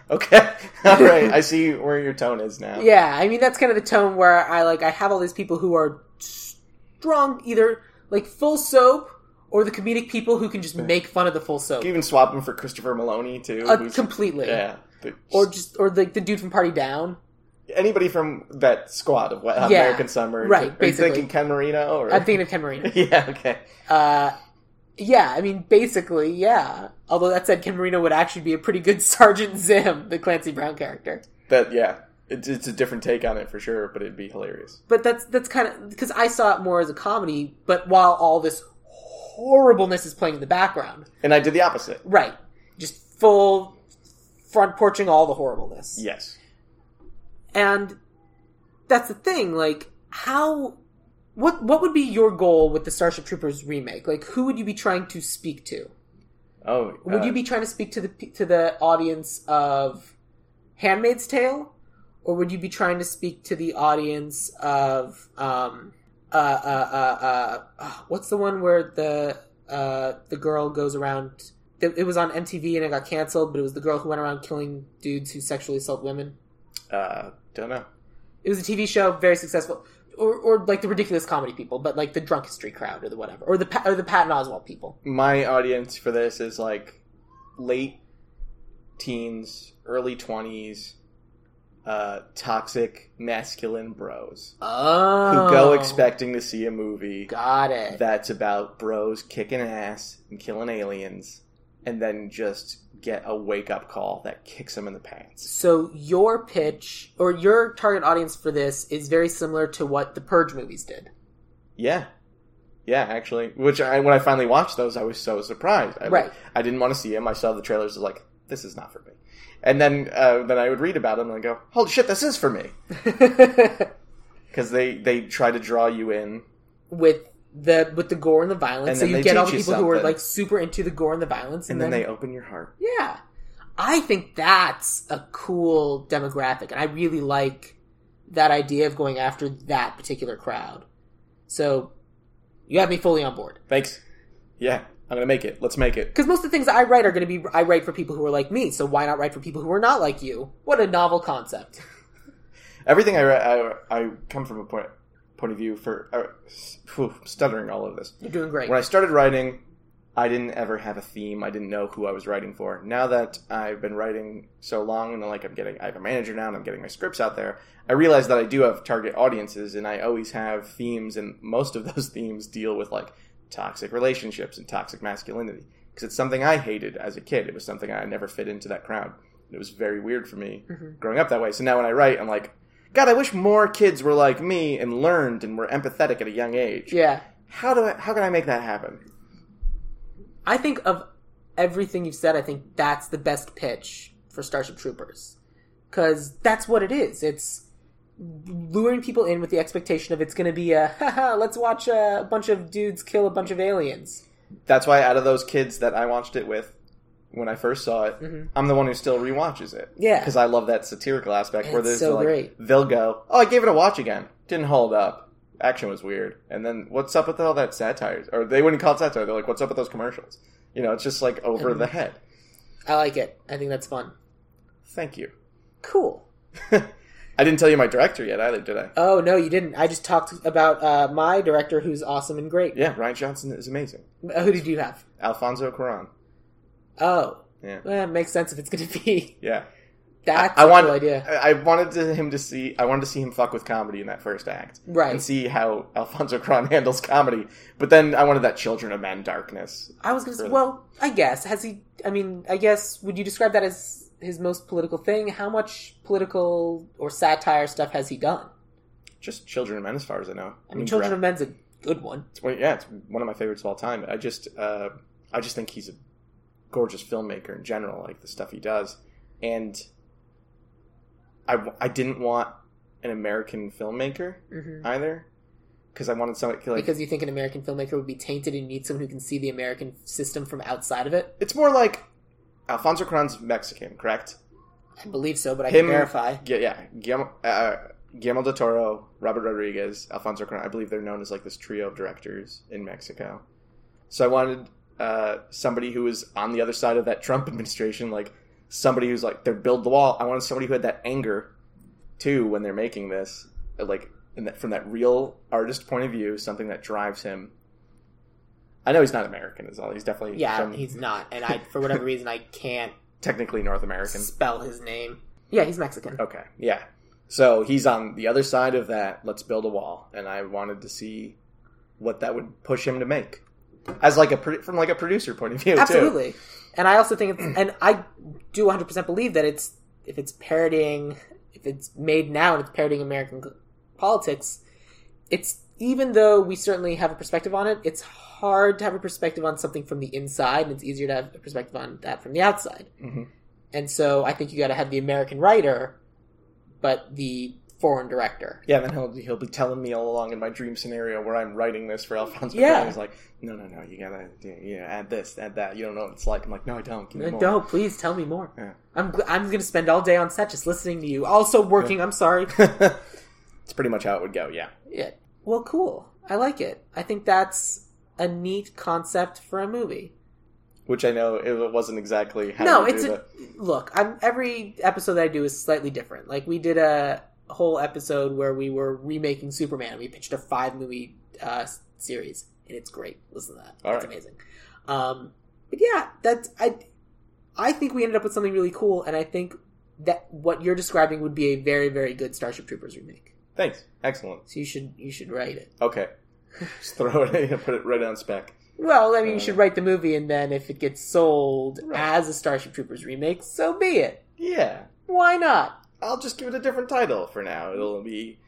S2: okay, all right. I see where your tone is now.
S1: Yeah, I mean that's kind of the tone where I like I have all these people who are strong, either like full soap or the comedic people who can just make fun of the full soap
S2: You can even swap him for Christopher Maloney too.
S1: uh,
S2: who's-
S1: completely,
S2: yeah. The-
S1: or just or like the dude from Party Down.
S2: anybody from that squad of what,
S1: Yeah.
S2: American Summer,
S1: Right,
S2: Are you
S1: basically.
S2: thinking Ken Marino or
S1: I'm thinking of Ken Marino.
S2: yeah, okay.
S1: Uh, yeah, I mean, basically, yeah. Although that said, Ken Marino would actually be a pretty good Sergeant Zim, the Clancy Brown character.
S2: That yeah, it's, it's a different take on it for sure, but it'd be hilarious.
S1: But that's that's kind of because I saw it more as a comedy. But while all this horribleness is playing in the background,
S2: And I did the opposite.
S1: right? Just full front porching all the horribleness.
S2: Yes.
S1: And that's the thing, like how what what would be your goal with the Starship Troopers remake? Like who would you be trying to speak to?
S2: Oh,
S1: Would
S2: uh,
S1: you be trying to speak to the pe- to the audience of Handmaid's Tale, or would you be trying to speak to the audience of um uh uh uh, uh, uh what's the one where the uh the girl goes around? It it was on MTV and it got canceled, but it was the girl who went around killing dudes who sexually assault women.
S2: Uh, don't know.
S1: It was a TV show, very successful, or or like the ridiculous comedy people, but like the drunk history crowd or the whatever, or the Pa- or the Patton Oswald people.
S2: my audience for this is like late teens, early twenties, uh, toxic masculine bros who
S1: Oh,
S2: go expecting to see a movie
S1: Got it.
S2: that's about bros kicking ass and killing aliens, and then just get a wake up call that kicks them in the pants.
S1: So your pitch or your target audience for this is very similar to what the Purge movies did.
S2: Yeah. Yeah, actually, which I when I finally watched those, I was so surprised. I,
S1: Right.
S2: I didn't want to see him. I saw the trailers, I was like, this is not for me. And then uh, then I would read about him and go, holy shit, this is for me. because they they try to draw you in.
S1: with the with the gore and the
S2: And
S1: violence. So
S2: then
S1: you
S2: they
S1: get all the
S2: teach you
S1: people who are
S2: something.
S1: like super into the gore and the violence
S2: And
S1: and,
S2: then
S1: then,
S2: they open your heart.
S1: Yeah. I think that's a cool demographic and I really like that idea of going after that particular crowd. So you have me fully on board.
S2: Thanks. Yeah, I'm gonna make it. Let's make it.
S1: Because most of the things I write are going to be I write for people who are like me, so why not write for people who are not like you? What a novel concept.
S2: Everything I I, I come from a point point of view for. Uh, phew, I'm stuttering all of this.
S1: You're doing great.
S2: When I started writing, I didn't ever have a theme. I didn't know who I was writing for. Now that I've been writing so long and like I'm getting, I have a manager now and I'm getting my scripts out there, I realize that I do have target audiences and I always have themes and most of those themes deal with like toxic relationships and toxic masculinity because it's something I hated as a kid. It was something I never fit into that crowd. It was very weird for me
S1: Mhm.
S2: growing up that way. So now when I write, I'm like, God, I wish more kids were like me and learned and were empathetic at a young age.
S1: Yeah.
S2: How do I, how can I make that happen?
S1: I think of everything you've said, I think that's the best pitch for Starship Troopers. Because that's what it is. It's luring people in with the expectation of it's going to be a, haha, let's watch a bunch of dudes kill a bunch of aliens.
S2: That's why out of those kids that I watched it with when I first saw it, I'm the one who still rewatches it.
S1: Mm-hmm. Yeah.
S2: Because I love that satirical aspect where
S1: It's
S2: there's
S1: so
S2: like
S1: great.
S2: they'll go, Oh, I gave it a watch again. Didn't hold up. Action was weird. And then what's up with all that satire? Or they wouldn't call it satire, they're like, What's up with those commercials? You know, it's just like over
S1: Mm-hmm.
S2: the head.
S1: I like it. I think that's fun.
S2: Thank you.
S1: Cool.
S2: I didn't tell you my director yet either, did I?
S1: Oh, no, you didn't. I just talked about uh, my director who's awesome and great.
S2: Yeah, Ryan Johnson is amazing.
S1: Uh, Who did you have?
S2: Alfonso Cuaron.
S1: Oh.
S2: Yeah.
S1: Well, it makes sense if it's going to be
S2: Yeah.
S1: that
S2: I want.
S1: cool idea.
S2: I I wanted to him to see. I wanted to see him fuck with comedy in that first act,
S1: Right.
S2: And see how Alfonso Cuarón handles comedy. But then I wanted that Children of Men darkness.
S1: I was gonna say,
S2: Really?
S1: well, I guess has he? I mean, I guess would you describe that as his most political thing? How much political or satire stuff has he done?
S2: Just Children of Men, as far as I know.
S1: I mean, Children
S2: Gra-
S1: of Men's a good one.
S2: it's one- yeah, it's one of my favorites of all time. I just, uh, I just think he's a gorgeous filmmaker in general. Like the stuff he does, and I, w- I didn't want an American filmmaker
S1: hmm
S2: either because I wanted something like
S1: Because you think an American filmmaker would be tainted, and you need someone who can see the American system from outside of it.
S2: it's more like Alfonso Cuarón's Mexican, correct?
S1: I believe so, but I can
S2: Him-
S1: verify.
S2: Yeah, yeah. Guillermo, uh, Guillermo del Toro, Robert Rodriguez, Alfonso Cuarón. I believe they're known as like this trio of directors in Mexico. So I wanted uh, somebody who was on the other side of that Trump administration, like somebody who's like they're build the wall. I wanted somebody who had that anger too when they're making this, uh, like in that, from that real artist point of view, something that drives him. I know he's not American, is all. He's definitely
S1: Yeah,
S2: from
S1: he's not, and I, for whatever reason, I can't
S2: technically North American.
S1: spell his name. Yeah, he's Mexican.
S2: Okay, yeah. So he's on the other side of that. Let's build a wall, and I wanted to see what that would push him to make, as like a pro- from like a producer point of view. too.
S1: Absolutely. And I also think, it's, and I do 100% believe that it's, if it's parodying, if it's made now and it's parodying American politics, it's, even though we certainly have a perspective on it, it's hard to have a perspective on something from the inside, and it's easier to have a perspective on that from the outside.
S2: Mhm.
S1: And so I think you got to have the American writer, but the foreign director.
S2: Yeah, then he'll he'll be telling me all along in my dream scenario where I'm writing this for Alfonso.
S1: Yeah.
S2: Cuarón. he's like, no, no, no, you gotta yeah, yeah, add this, add that. You don't know what it's like. I'm like, no, I don't. Give me more."
S1: Uh, No, please tell me more.
S2: Yeah.
S1: I'm gl- I'm going to spend all day on set just listening to you. Also working. I'm sorry.
S2: it's pretty much how it would go. Yeah,
S1: Yeah. Well, cool. I like it. I think that's a neat concept for a movie.
S2: which I know it wasn't exactly how
S1: no,
S2: you
S1: it's
S2: do
S1: a,
S2: the-
S1: look. I'm every episode that I do is slightly different. Like we did a whole episode where we were remaking Superman. We pitched a five movie uh, s- series, and it's great. Listen to that.
S2: All
S1: that's
S2: right.
S1: amazing. Um, but yeah, that's I. I think we ended up with something really cool, and I think that what you're describing would be a very, very good Starship Troopers remake.
S2: thanks, excellent.
S1: So you should you should write it.
S2: Okay, just throw it in and put it right on spec.
S1: Well, I mean, you
S2: Uh,
S1: should write the movie, and then if it gets sold
S2: Right.
S1: as a Starship Troopers remake, so be it.
S2: Yeah.
S1: Why not?
S2: I'll just give it a different title for now. It'll be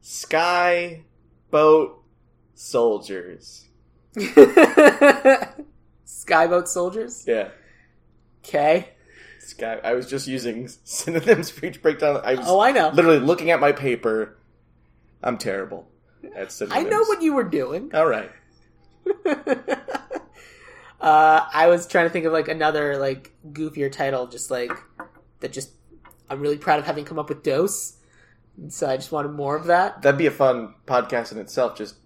S2: Sky Boat Soldiers.
S1: Skyboat Soldiers?
S2: Yeah.
S1: Okay.
S2: Sky I was just using synonyms for each breakdown. I was
S1: Oh, I know.
S2: literally looking at my paper. I'm terrible at
S1: I
S2: synonyms.
S1: know what you were doing.
S2: All right.
S1: uh, I was trying to think of like another like goofier title, just like that. Just I'm really proud of having come up with Dose, and so I just wanted more of that
S2: That'd be a fun podcast in itself. Just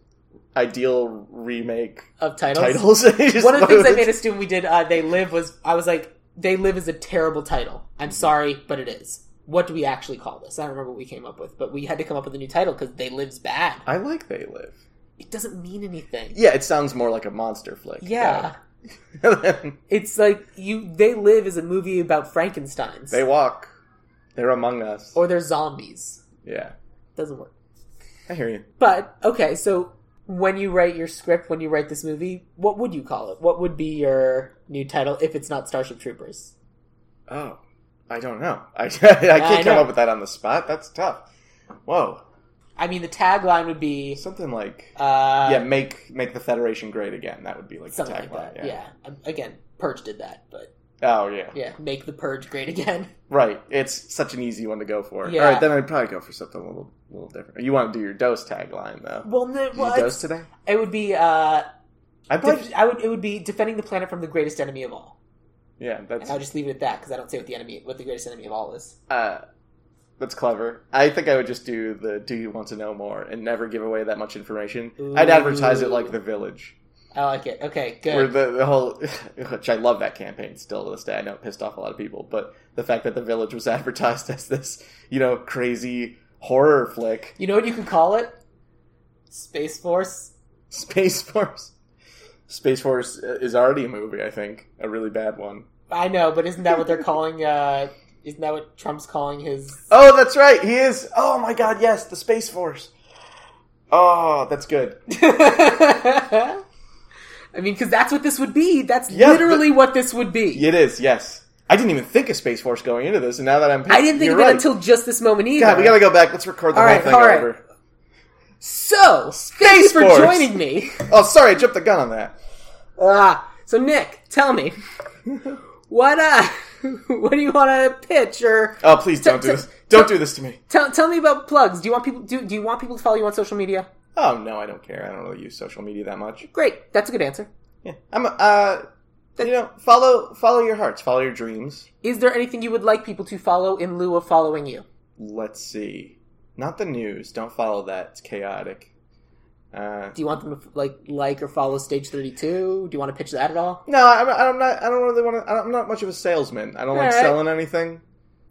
S2: ideal remake
S1: of titles.
S2: titles. Just
S1: One of the things
S2: load
S1: I
S2: it.
S1: made us do when we did uh, They Live was I was like, They Live is a terrible title. I'm sorry, but it is. What do we actually call this? I don't remember what we came up with, but we had to come up with a new title because They Live's bad.
S2: I like They Live.
S1: It doesn't mean anything.
S2: Yeah, it sounds more like a monster flick.
S1: Yeah. It's like you they live is a movie about Frankenstein's
S2: they walk. They're among us.
S1: or they're zombies.
S2: yeah,
S1: Doesn't work.
S2: I hear you.
S1: But okay, so when you write your script, when you write this movie, what would you call it? What would be your new title if it's not Starship Troopers?
S2: Oh, I don't know. I I can't
S1: I
S2: come
S1: know.
S2: up with that on the spot. That's tough. Whoa,
S1: I mean, the tagline would be
S2: something like
S1: uh,
S2: yeah, make make the Federation great again. That would be like the
S1: something like
S2: tagline.
S1: that. Yeah. Um, Again, Purge did that, but
S2: Oh yeah.
S1: yeah, make the Purge great again.
S2: Right. It's such an easy one to go for.
S1: Yeah.
S2: All right, then I'd probably go for something a little little different. You want to do your dose tagline though?
S1: Well, no,
S2: Did you
S1: well,
S2: dose
S1: it's-
S2: today?
S1: it would be uh,
S2: I probably
S1: def- I would it would be defending the planet from the greatest enemy of all.
S2: yeah.
S1: And
S2: That's
S1: I'll just leave it at that because I don't say what the enemy, what the greatest enemy of all is.
S2: uh, that's clever. I think I would just do the "Do you want to know more?" and never give away that much information. I'd advertise it like
S1: Ooh.
S2: the Village,
S1: I like it. Okay,
S2: where
S1: good.
S2: the, the whole which I love that campaign still to this day. I know it pissed off a lot of people, but the fact that the Village was advertised as this you know crazy horror flick,
S1: you know what you could call it? Space Force.
S2: Space Force. Space Force uh, is already a movie, I think, a really bad one.
S1: I know, but isn't that what they're calling? uh Isn't that what Trump's calling his?
S2: Oh, that's right. He is. Oh my God, yes, the Space Force. Oh, that's good.
S1: I mean, because that's what this would be. That's
S2: Yeah,
S1: literally what this would be.
S2: It is. Yes, I didn't even think of Space Force going into this, and now that I'm,
S1: I didn't think
S2: you're
S1: of it
S2: right.
S1: until just this moment either.
S2: God, we gotta go back. Let's record the
S1: All
S2: whole
S1: right,
S2: thing
S1: all right.
S2: over.
S1: So, thank you for
S2: Force.
S1: joining me.
S2: Oh, sorry, I jumped the gun on that.
S1: Ah, so Nick, tell me what uh, what do you want to pitch or
S2: Oh, please don't do
S1: t-
S2: this. Don't do this to me.
S1: tell tell me about plugs? Do you want people do do you want people to follow you on social media?
S2: Oh no, I don't care. I don't really use social media that much.
S1: Great, that's a good answer.
S2: Yeah, I'm. Uh, you know, follow follow your hearts, follow your dreams.
S1: Is there anything you would like people to follow in lieu of following you?
S2: Let's see. Not the news. Don't follow that. It's chaotic. Uh,
S1: Do you want them to like like or follow Stage Thirty Two? Do you want to pitch that at all?
S2: No, I'm, I'm not. I don't really want to. I'm not much of a salesman. I don't like
S1: Alright.
S2: selling anything.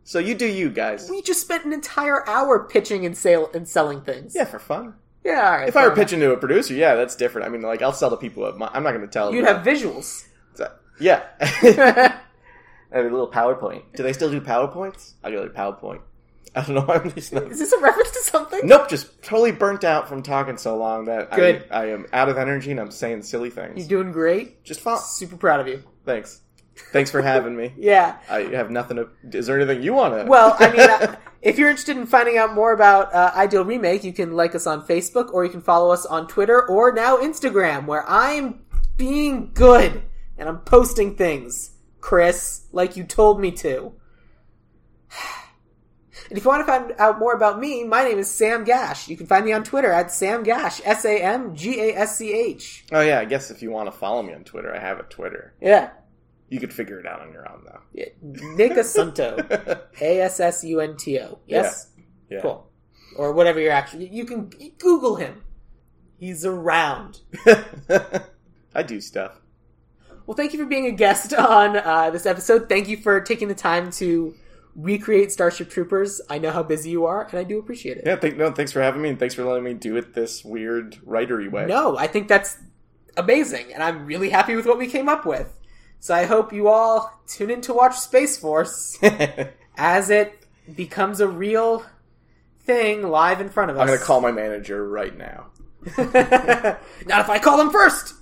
S2: So you do you guys.
S1: We just spent an entire hour pitching and sale and selling things.
S2: Yeah, for fun.
S1: yeah. All right,
S2: If
S1: fair
S2: I were
S1: enough.
S2: pitching to a producer, yeah, that's different. I mean, like I'll sell to people. At my, I'm not going to tell.
S1: you'd
S2: them.
S1: have visuals.
S2: Yeah. I have a little PowerPoint. Do they still do PowerPoints? I go to PowerPoint. I don't know. I'm just not.
S1: Is this a reference to something?
S2: Nope, just totally burnt out from talking so long that
S1: Good.
S2: I, I am out of energy and I'm saying silly
S1: You're
S2: things.
S1: doing great.
S2: Just follow.
S1: Super proud of you.
S2: Thanks. Thanks for having me.
S1: Yeah.
S2: I have nothing to. Is there anything you want to?
S1: Well, I mean, uh, if you're interested in finding out more about uh, Ideal Remake, you can like us on Facebook, or you can follow us on Twitter, or now Instagram, where I'm being good and I'm posting things, Chris, like you told me to. And if you want to find out more about me, my name is Sam Gash. You can find me on Twitter at Sam Gash, S A M G A S C H.
S2: Oh yeah, I guess if you want to follow me on Twitter, I have a Twitter.
S1: Yeah.
S2: You could figure it out on your own though.
S1: Yeah. Nick Asunto, A S S U N T O. Yes?
S2: Yeah.
S1: Cool. Or whatever you're actually. You can Google him. He's around.
S2: I do stuff.
S1: Well, thank you for being a guest on uh, this episode. Thank you for taking the time to recreate Starship Troopers. I know how busy you are, and I do appreciate it.
S2: Yeah, thank, no, thanks for having me and thanks for letting me do it this weird writery way.
S1: No, I think that's amazing, and I'm really happy with what we came up with. So I hope you all tune in to watch Space Force as it becomes a real thing live in front of us.
S2: I'm gonna call my manager right now.
S1: Not if I call them first!